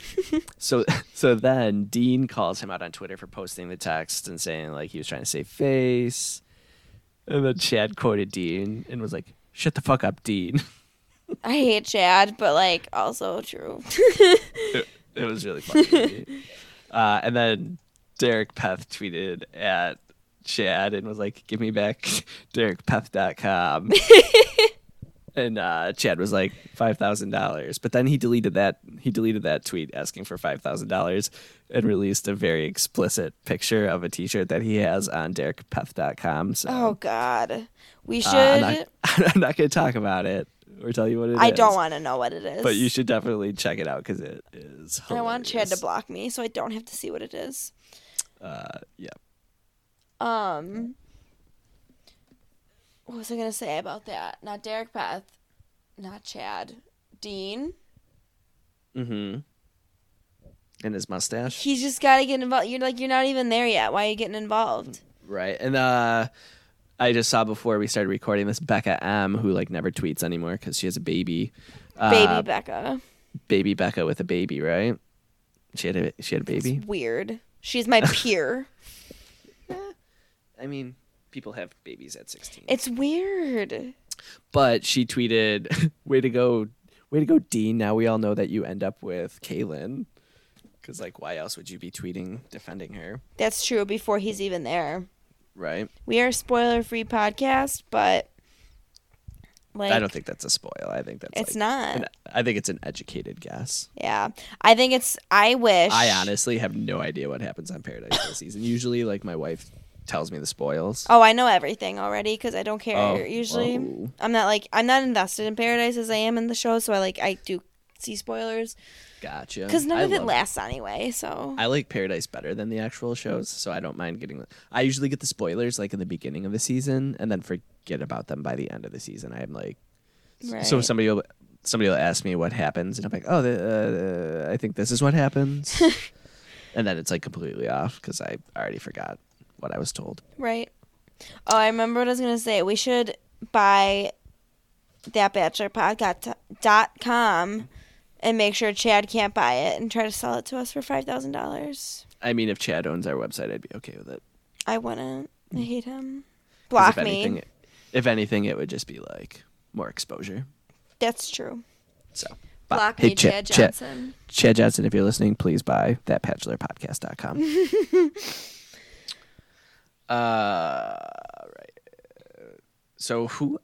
Speaker 3: So <laughs> so then Dean calls him out on Twitter for posting the text and saying like he was trying to save face. And then Chad quoted Dean and was like, "Shut the fuck up, Dean." <laughs>
Speaker 4: I hate Chad, but like also
Speaker 3: <laughs>
Speaker 4: true.
Speaker 3: it, it was really
Speaker 4: <laughs>
Speaker 3: funny. uh, and then Derek Peth tweeted at Chad and was like, "Give me back <laughs>
Speaker 4: <laughs>
Speaker 3: DerekPeth.com." and uh, Chad was like, 5000 dollars." But then he deleted that. He deleted that tweet asking for five thousand dollars and released a very explicit picture of a T-shirt that he has on DerekPeth.com. So
Speaker 4: oh God, we should.
Speaker 3: uh, I'm not, <laughs> I'm not going to talk about it or tell you what it is.
Speaker 4: I don't want to know what it is.
Speaker 3: But you should definitely check it out because it is. Hilarious.
Speaker 4: I want Chad to block me so I don't have to see what it is.
Speaker 3: Uh, yeah.
Speaker 4: Um, what was I gonna say about that? Not Derek Path, not Chad, Dean.
Speaker 3: Mm-hmm. And his mustache.
Speaker 4: He's just gotta get involved. You're like you're not even there yet. Why are you getting involved?
Speaker 3: Right. And uh I just saw before we started recording this Becca M, who like never tweets anymore because she has a baby. Uh,
Speaker 4: Baby Becca,
Speaker 3: baby Becca with a baby, right? She had a she had a baby.
Speaker 4: it's weird.
Speaker 3: <laughs>
Speaker 4: She's my peer.
Speaker 3: I mean, people have babies at sixteen.
Speaker 4: it's weird.
Speaker 3: but she tweeted, <laughs> "Way to go, way to go, Dean. Now we all know that you end up with Kaylin, because like, why else would you be tweeting defending her,
Speaker 4: That's true. Before he's even there,
Speaker 3: right?
Speaker 4: we are a spoiler-free podcast, but like
Speaker 3: I don't think that's a spoil. I think that's
Speaker 4: it's
Speaker 3: like,
Speaker 4: not.
Speaker 3: an- I think it's an educated guess.
Speaker 4: Yeah, I think it's. I wish.
Speaker 3: I honestly have no idea what happens on Paradise this season. Usually, like my wife tells me the spoils.
Speaker 4: Oh, I know everything already because I don't care.
Speaker 3: Oh,
Speaker 4: Usually,
Speaker 3: whoa.
Speaker 4: I'm not like I'm not invested in Paradise as I am in the show, so I like I do see spoilers
Speaker 3: Gotcha.
Speaker 4: because none
Speaker 3: Um, I
Speaker 4: of it
Speaker 3: love-
Speaker 4: lasts anyway. So
Speaker 3: I like Paradise better than the actual shows, so I don't mind getting. I usually get the spoilers like in the beginning of the season, and then forget about them by the end of the season. I'm like, so
Speaker 4: Right.
Speaker 3: somebody will somebody will ask me what happens, and I'm like, oh, the, uh, I think this is what
Speaker 4: <laughs>
Speaker 3: happens, and then it's like completely off because I already forgot what I was told.
Speaker 4: right. Oh, I remember what I was gonna say. We should buy that dot com and make sure Chad can't buy it and try to sell it to us for five thousand dollars.
Speaker 3: I mean, if Chad owns our website, I'd be okay with it.
Speaker 4: I wouldn't. I hate him.
Speaker 3: 'Cause
Speaker 4: Block
Speaker 3: Hmm. if
Speaker 4: me.
Speaker 3: Anything, if anything, it would just be like more exposure.
Speaker 4: That's true.
Speaker 3: So bye.
Speaker 4: Block
Speaker 3: Hey,
Speaker 4: me, Chad,
Speaker 3: Chad,
Speaker 4: Johnson.
Speaker 3: Chad Johnson, if you're listening, please buy that
Speaker 4: <laughs>
Speaker 3: patchlerpodcast.com. uh, right. So who?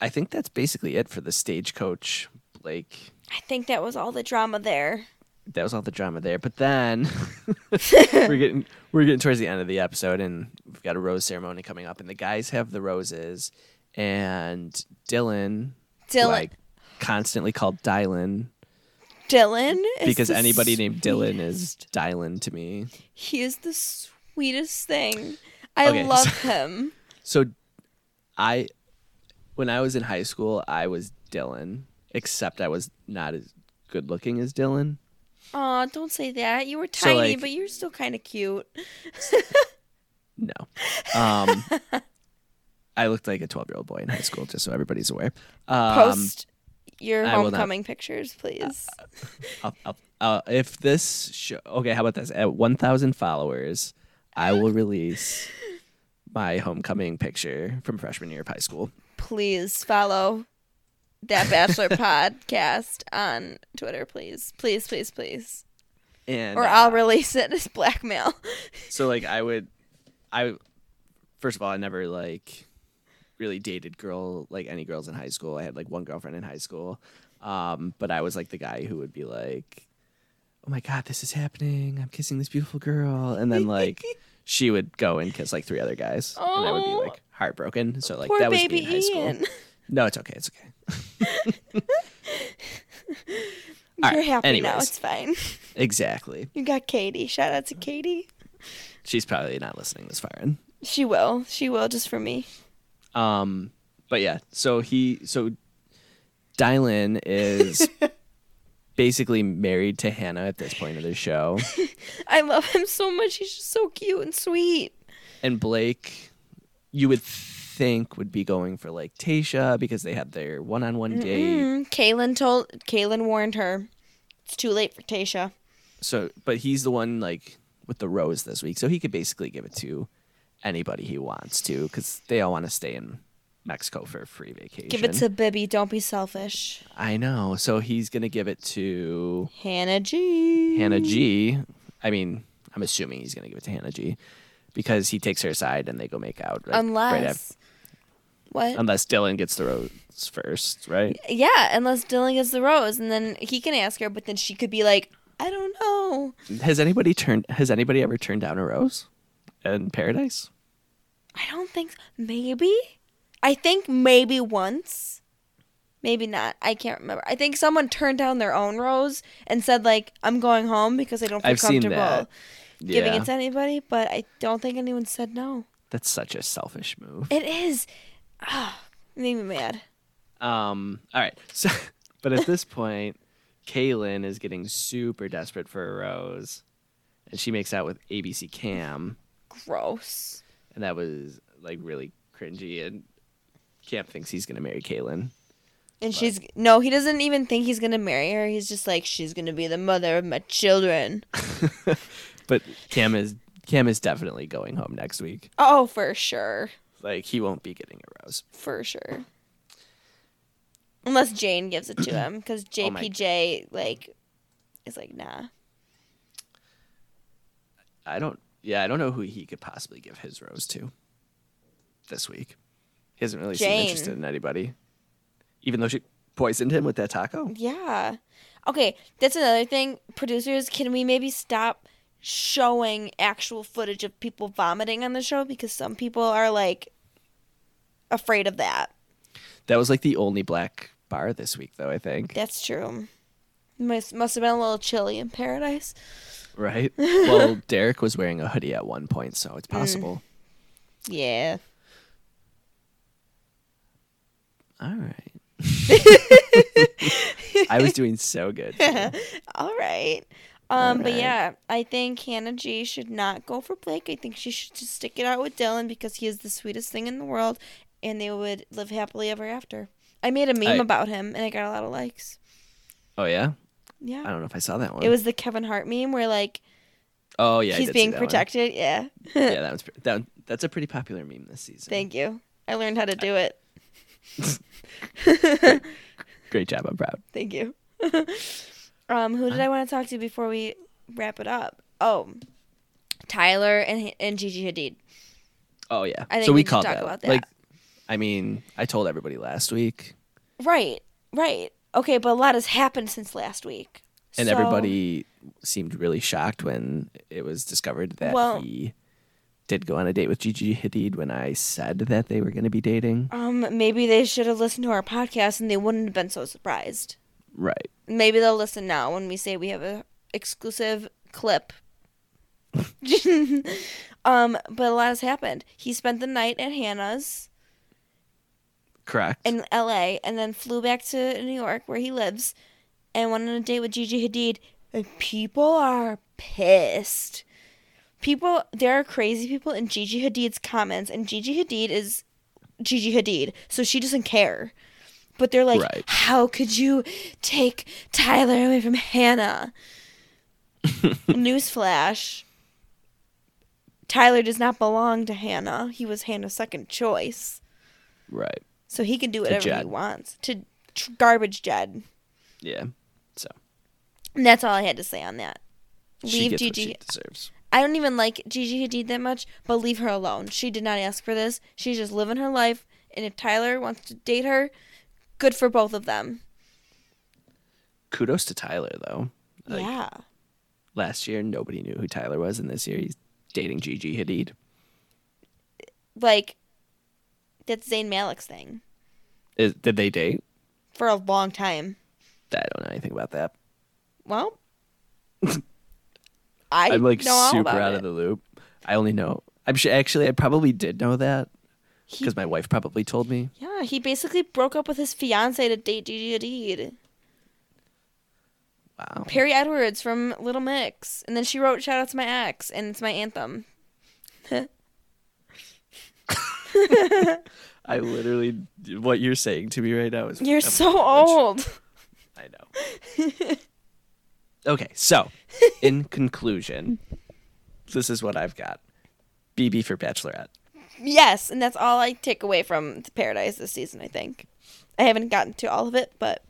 Speaker 3: I think that's basically it for the stagecoach Blake
Speaker 4: I think that was all the drama there.
Speaker 3: that was all the drama there. But then <laughs> we're getting we're getting towards the end of the episode, and we've got a rose ceremony coming up, and the guys have the roses, and Dylan,
Speaker 4: Dylan,
Speaker 3: like constantly called Dylan
Speaker 4: Dylan, is
Speaker 3: because
Speaker 4: the
Speaker 3: anybody named Dylan is
Speaker 4: sweetest-
Speaker 3: Dylan to me.
Speaker 4: he is the sweetest thing. I
Speaker 3: Okay,
Speaker 4: love
Speaker 3: so-
Speaker 4: him.
Speaker 3: So, I when I was in high school, I was Dylan, except I was not as good looking as Dylan.
Speaker 4: Aw, don't say that. You were
Speaker 3: So,
Speaker 4: tiny,
Speaker 3: like-
Speaker 4: but you're still kind of cute.
Speaker 3: No.
Speaker 4: <laughs>
Speaker 3: Um, I looked like a 12 year old boy in high school, just so everybody's aware. Um,
Speaker 4: Post your
Speaker 3: I will not-
Speaker 4: homecoming pictures, please.
Speaker 3: I'll- I'll- uh, if this show, okay, how about this? At 1,000 followers, I will release my homecoming picture from freshman year of high school.
Speaker 4: please follow
Speaker 3: <laughs>
Speaker 4: that Bachelor podcast on Twitter, please. Please, please, please.
Speaker 3: And
Speaker 4: Or
Speaker 3: uh,
Speaker 4: I'll release it as blackmail.
Speaker 3: so, like, I would, I, first of all, I never, like, really dated girl, like, any girls in high school. I had, like, one girlfriend in high school. Um, but I was, like, the guy who would be like, oh my God, this is happening. I'm kissing this beautiful girl. And then,
Speaker 4: <laughs>
Speaker 3: like, she would go and kiss like three other guys, and I would
Speaker 4: Oh.
Speaker 3: be like heartbroken. So like
Speaker 4: Poor
Speaker 3: that was me
Speaker 4: baby
Speaker 3: in high school.
Speaker 4: Ian.
Speaker 3: No, it's okay. It's okay.
Speaker 4: <laughs> You're
Speaker 3: All right,
Speaker 4: happy now.
Speaker 3: anyways.
Speaker 4: It's fine.
Speaker 3: Exactly.
Speaker 4: You got Katie. Shout out to Katie.
Speaker 3: She's probably not listening this far in.
Speaker 4: She will. She will just for me.
Speaker 3: Um, but yeah, so he so Dylan
Speaker 4: <laughs>
Speaker 3: is basically married to Hannah at this point of the show,
Speaker 4: I love him so much. He's just so cute and sweet.
Speaker 3: and Blake, you would think would be going for like Tasha because they had their one-on-one date.
Speaker 4: Mm, Kaylin told Kaylin warned her. It's too late for Tasha.
Speaker 3: So, but he's the one like with the rose this week, so he could basically give it to anybody he wants to because they all want to stay in Mexico for a free vacation.
Speaker 4: Give it to Bibby. Don't be selfish.
Speaker 3: I know. So he's gonna give it to
Speaker 4: Hannah G.
Speaker 3: Hannah G. I mean, I'm assuming he's gonna give it to Hannah G. Because he takes her aside and they go make out. Right,
Speaker 4: Unless
Speaker 3: right af-
Speaker 4: what?
Speaker 3: unless Dylan gets the rose first, right?
Speaker 4: Yeah, unless Dylan gets the rose, and then he can ask her, but then she could be like, I don't know.
Speaker 3: Has anybody turned? Has anybody ever turned down a rose in paradise?
Speaker 4: I don't think maybe. I think maybe once. Maybe not. I can't remember. I think someone turned down their own rose and said like, "I'm going home because I don't feel
Speaker 3: I've seen
Speaker 4: comfortable
Speaker 3: that.
Speaker 4: giving
Speaker 3: yeah,
Speaker 4: it to anybody." But I don't think anyone said no.
Speaker 3: that's such a selfish move.
Speaker 4: It is. Oh, made me mad.
Speaker 3: Um, all right. <laughs> So, but at this point, Kaylin is getting super desperate for a rose, and she makes out with ABC Cam,
Speaker 4: Gross.
Speaker 3: and that was like really cringy. And Cam thinks he's gonna marry Kaylin.
Speaker 4: And she's no, he doesn't even think he's gonna marry her. He's just like, she's gonna be the mother of my children.
Speaker 3: <laughs> But Cam is Cam is definitely going home next week.
Speaker 4: Oh, for sure.
Speaker 3: Like he won't be getting a rose.
Speaker 4: for sure. Unless Jane gives it to him, because
Speaker 3: my-
Speaker 4: JPJ like is like nah.
Speaker 3: I don't. Yeah, I don't know who he could possibly give his rose to this week. He hasn't really seemed
Speaker 4: Jane.
Speaker 3: interested in anybody, even though she poisoned him with that taco.
Speaker 4: Yeah. Okay, that's another thing. Producers, can we maybe stop showing actual footage of people vomiting on the show because some people are like afraid of that.
Speaker 3: That was like the only black bar this week, though, I think.
Speaker 4: That's true. Must must have been a little chilly in paradise. <laughs>
Speaker 3: Right? well, Derek was wearing a hoodie at one point, so
Speaker 4: Mm.
Speaker 3: it's possible.
Speaker 4: Yeah.
Speaker 3: All
Speaker 4: <laughs>
Speaker 3: right. <laughs> I was doing so
Speaker 4: <laughs>
Speaker 3: good. today.
Speaker 4: All right. Um, but
Speaker 3: right.
Speaker 4: yeah, I think Hannah G should not go for Blake. I think she should just stick it out with Dylan because he is the sweetest thing in the world, and they would live happily ever after. I made a meme
Speaker 3: I-
Speaker 4: about him, and I got a lot of likes.
Speaker 3: Oh, yeah? I
Speaker 4: Yeah,
Speaker 3: don't know if I saw that one.
Speaker 4: it was the Kevin Hart meme where like
Speaker 3: oh, yeah. I
Speaker 4: he's
Speaker 3: did see
Speaker 4: being
Speaker 3: that one.
Speaker 4: protected. Yeah, <laughs>
Speaker 3: yeah, that was, pre- that, that's a pretty popular meme this season.
Speaker 4: thank you. I learned how to
Speaker 3: <laughs>
Speaker 4: do it. <laughs>
Speaker 3: Great job. I'm proud.
Speaker 4: Thank you. <laughs> um, who did I want to talk to before we wrap it up? Oh, Tyler and and Gigi Hadid.
Speaker 3: Oh, yeah.
Speaker 4: I think
Speaker 3: so
Speaker 4: we
Speaker 3: we
Speaker 4: can
Speaker 3: called
Speaker 4: talk
Speaker 3: that.
Speaker 4: about that.
Speaker 3: Like, I mean, I told everybody last week.
Speaker 4: Right, right. Okay, but a lot has happened since last week.
Speaker 3: and
Speaker 4: So-
Speaker 3: everybody seemed really shocked when it was discovered that
Speaker 4: Well-
Speaker 3: he did go on a date with Gigi Hadid when I said that they were going to be dating.
Speaker 4: Um, maybe they should have listened to our podcast and they wouldn't have been so surprised.
Speaker 3: Right.
Speaker 4: Maybe they'll listen now when we say we have a exclusive
Speaker 3: <laughs>
Speaker 4: clip. <laughs> um, but a lot has happened. He spent the night at Hannah's
Speaker 3: Correct.
Speaker 4: in LA and then flew back to New York where he lives and went on a date with Gigi Hadid. And people are pissed. People, there are crazy people in Gigi Hadid's comments, and Gigi Hadid is Gigi Hadid, so she doesn't care. But they're like,
Speaker 3: Right.
Speaker 4: how could you take Tyler away
Speaker 3: <laughs>
Speaker 4: from Hannah? Newsflash. Tyler does not belong to Hannah. He was Hannah's second choice.
Speaker 3: right.
Speaker 4: So he can do whatever he
Speaker 3: Jed.
Speaker 4: wants to tr- garbage Jed.
Speaker 3: Yeah. So
Speaker 4: And that's all I had to say on that.
Speaker 3: she
Speaker 4: Leave
Speaker 3: gets what
Speaker 4: Gigi.
Speaker 3: she deserves.
Speaker 4: I don't even like Gigi Hadid that much, but leave her alone. She did not ask for this. She's just living her life. And if Tyler wants to date her, good for both of them.
Speaker 3: Kudos to Tyler though. Like,
Speaker 4: yeah.
Speaker 3: Last year nobody knew who Tyler was, and this year he's dating Gigi Hadid.
Speaker 4: Like, that's Zayn Malik's thing
Speaker 3: Is, did they date?
Speaker 4: for a long time.
Speaker 3: I don't know anything about that. <laughs>
Speaker 4: Well, I
Speaker 3: I'm like
Speaker 4: know all
Speaker 3: super
Speaker 4: about
Speaker 3: out
Speaker 4: it.
Speaker 3: of the loop. I only know. I'm sure. Actually, I probably did know that because my wife probably told me.
Speaker 4: Yeah, he basically broke up with his fiance to date Gigi Hadid.
Speaker 3: Wow.
Speaker 4: Perry Edwards from Little Mix. And then she wrote Shout Out to My Ex, and it's my anthem.
Speaker 3: I literally what you're saying to me right now is
Speaker 4: You're
Speaker 3: I'm
Speaker 4: so
Speaker 3: privileged.
Speaker 4: old.
Speaker 3: I know. okay, so in conclusion, this is what I've got. BB for Bachelorette.
Speaker 4: Yes, and that's all I take away from Paradise this season, I think. I haven't gotten to all of it, but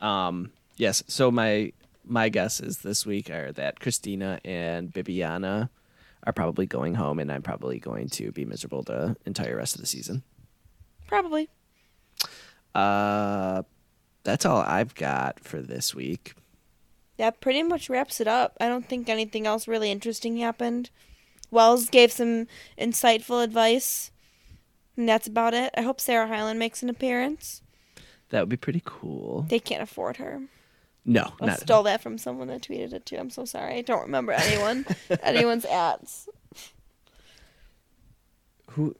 Speaker 3: Um, yes. So my my guesses this week are that Christina and Bibiana are probably going home, and I'm probably going to be miserable the entire rest of the season.
Speaker 4: probably.
Speaker 3: Uh, that's all I've got for this week.
Speaker 4: That pretty much wraps it up. I don't think anything else really interesting happened. Wells gave some insightful advice, and that's about it. I hope Sarah Hyland makes an appearance.
Speaker 3: That would be pretty cool.
Speaker 4: They can't afford her.
Speaker 3: No,
Speaker 4: I
Speaker 3: not
Speaker 4: stole that from someone that tweeted it too. I'm so sorry. I don't remember anyone, <laughs> anyone's ads.
Speaker 3: who.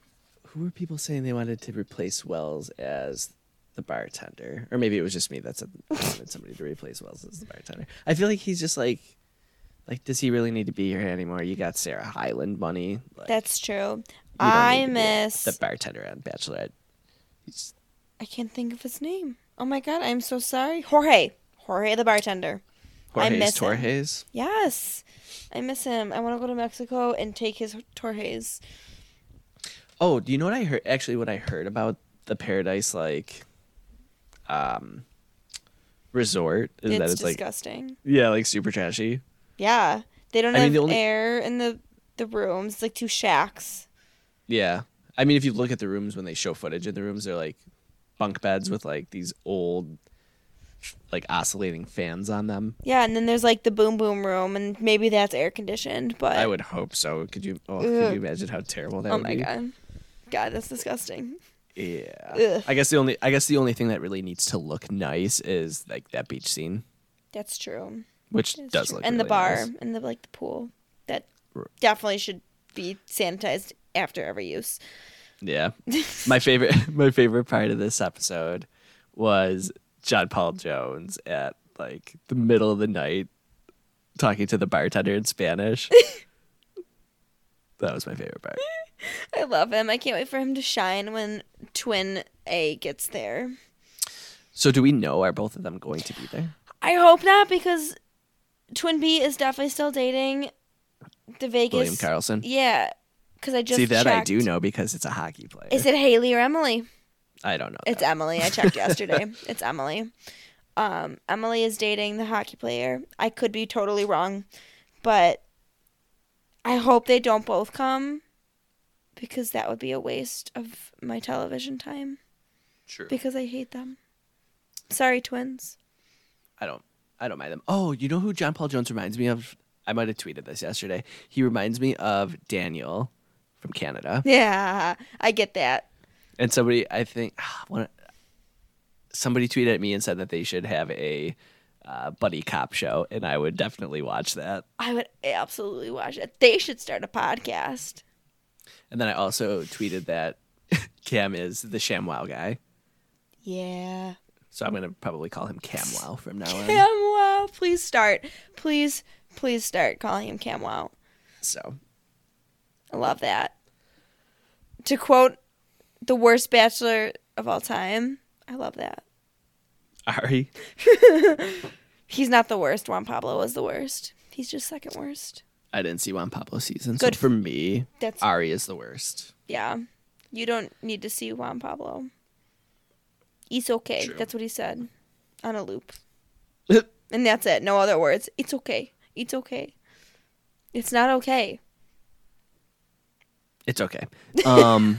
Speaker 3: Who were people saying they wanted to replace Wells as the bartender, or maybe it was just me that said
Speaker 4: <laughs>
Speaker 3: I wanted somebody to replace Wells as the bartender. I feel like he's just like, like, does he really need to be here anymore? You got Sarah Hyland money. Like,
Speaker 4: That's true.
Speaker 3: you don't
Speaker 4: I
Speaker 3: need to be
Speaker 4: miss.
Speaker 3: the bartender on Bachelorette. He's,
Speaker 4: I can't think of his name. Oh my god, I'm so sorry. Jorge. Jorge the bartender. I
Speaker 3: Jorge's
Speaker 4: miss him.
Speaker 3: Torres.
Speaker 4: Yes. I miss him. I want to go to Mexico and take his Torres.
Speaker 3: Oh, do you know what I heard? Actually, what I heard about the Paradise like, um, resort is that
Speaker 4: It's
Speaker 3: it's like
Speaker 4: disgusting.
Speaker 3: yeah, like super trashy.
Speaker 4: yeah. They don't
Speaker 3: I mean,
Speaker 4: have
Speaker 3: the only-
Speaker 4: air in the, the rooms. It's like two shacks.
Speaker 3: Yeah, I mean, if you look at the rooms when they show footage in the rooms, they're like bunk beds with like these old, like oscillating fans on them.
Speaker 4: Yeah, and then there's like the boom boom room, and maybe that's air conditioned, but.
Speaker 3: I would hope so. Could you? Oh, could
Speaker 4: Ugh.
Speaker 3: you imagine how terrible that
Speaker 4: oh
Speaker 3: would
Speaker 4: my
Speaker 3: be?
Speaker 4: god. God, that's disgusting.
Speaker 3: Yeah.
Speaker 4: Ugh.
Speaker 3: I guess the only I guess the only thing that really needs to look nice is like that beach scene,
Speaker 4: That's true.
Speaker 3: which
Speaker 4: That's
Speaker 3: does
Speaker 4: true.
Speaker 3: look
Speaker 4: and the
Speaker 3: really
Speaker 4: bar
Speaker 3: nice.
Speaker 4: and the like the pool that
Speaker 3: R-
Speaker 4: definitely should be sanitized after every use. <laughs>
Speaker 3: Yeah. my favorite <laughs> my favorite part of this episode was John Paul Jones at like the middle of the night talking to the bartender in
Speaker 4: <laughs>
Speaker 3: Spanish. that was my favorite part.
Speaker 4: I love him. I can't wait for him to shine when Twin A gets there.
Speaker 3: So do we know are both of them going to be there?
Speaker 4: I hope not because Twin B is definitely still dating the Vegas.
Speaker 3: William Carlson.
Speaker 4: Yeah, because I just
Speaker 3: See that I do
Speaker 4: checked.
Speaker 3: know because it's a hockey player.
Speaker 4: Is it Haley or Emily?
Speaker 3: I don't know.
Speaker 4: It's
Speaker 3: that.
Speaker 4: Emily. I checked yesterday. <laughs> it's Emily. Um, Emily is dating the hockey player. I could be totally wrong, but I hope they don't both come because that would be a waste of my television time
Speaker 3: true.
Speaker 4: because I hate them. Sorry, twins.
Speaker 3: I don't I don't mind them. Oh, you know who John Paul Jones reminds me of? I might have tweeted this yesterday. He reminds me of Daniel from Canada.
Speaker 4: <laughs> Yeah, I get that.
Speaker 3: And somebody I think <sighs> one somebody tweeted at me and said that they should have a uh, buddy cop show and I would definitely watch that.
Speaker 4: I would absolutely watch it. They should start a podcast.
Speaker 3: And then I also tweeted that <laughs> Cam is the ShamWow guy.
Speaker 4: Yeah.
Speaker 3: So I'm gonna probably call him Camwow from now on.
Speaker 4: Camwow, please start. Please, please start calling him Camwow.
Speaker 3: So
Speaker 4: I love that. To quote the worst bachelor of all time, I love that.
Speaker 3: Ari,
Speaker 4: He's not the worst. Juan Pablo was the worst. He's just second worst.
Speaker 3: I didn't see Juan Pablo season.
Speaker 4: Good.
Speaker 3: So for me,
Speaker 4: That's
Speaker 3: Ari is the worst.
Speaker 4: yeah. You don't need to see Juan Pablo. It's okay.
Speaker 3: True.
Speaker 4: That's what he said on a loop. And that's it. No other words. It's okay. It's okay. It's not okay.
Speaker 3: It's okay. Um,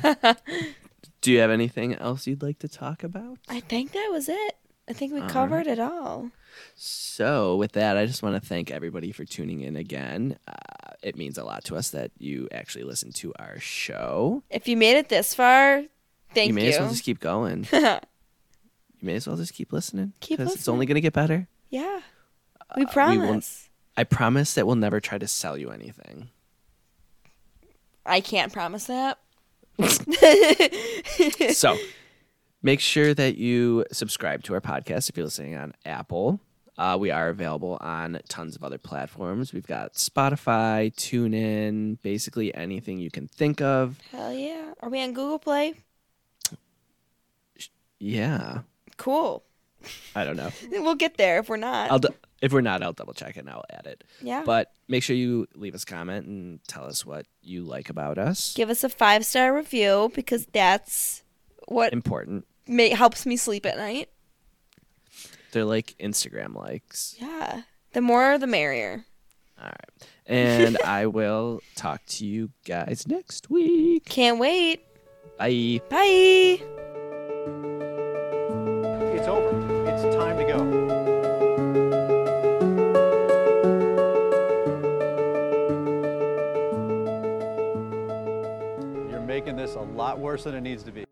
Speaker 3: do you have anything else you'd like to talk about?
Speaker 4: I think that was it. I think we
Speaker 3: All
Speaker 4: covered it all.
Speaker 3: So, with that, I just want to thank everybody for tuning in again. Uh, it means a lot to us that you actually listen to our show.
Speaker 4: If you made it this far,
Speaker 3: you
Speaker 4: thank you.
Speaker 3: may as well just keep
Speaker 4: <laughs>
Speaker 3: going. You may as well just keep listening
Speaker 4: Keep
Speaker 3: it's
Speaker 4: listening.
Speaker 3: only going to get better.
Speaker 4: yeah.
Speaker 3: Uh,
Speaker 4: We promise.
Speaker 3: I promise that we'll never try to sell you anything.
Speaker 4: I can't promise
Speaker 3: <laughs>
Speaker 4: that. <laughs>
Speaker 3: so make sure that you subscribe to our podcast if you're listening on Apple. Uh, we are available on tons of other platforms. We've got Spotify, TuneIn, basically anything you can think of.
Speaker 4: Hell yeah. Are we on Google Play?
Speaker 3: Yeah,
Speaker 4: Cool.
Speaker 3: I don't know.
Speaker 4: <laughs> We'll get there if we're not.
Speaker 3: I'll d- if we're not, I'll double check it and I'll add it.
Speaker 4: yeah.
Speaker 3: But make sure you leave us a comment and tell us what you like about us.
Speaker 4: Give us a five star review because that's what
Speaker 3: Important.
Speaker 4: ma- helps me sleep at night.
Speaker 3: They're like Instagram likes.
Speaker 4: Yeah. The more, the merrier.
Speaker 3: All right. And I will talk to you guys next week.
Speaker 4: Can't wait.
Speaker 3: Bye.
Speaker 4: Bye.
Speaker 2: It's over. It's time to go.
Speaker 1: You're making this a lot worse than it needs to be.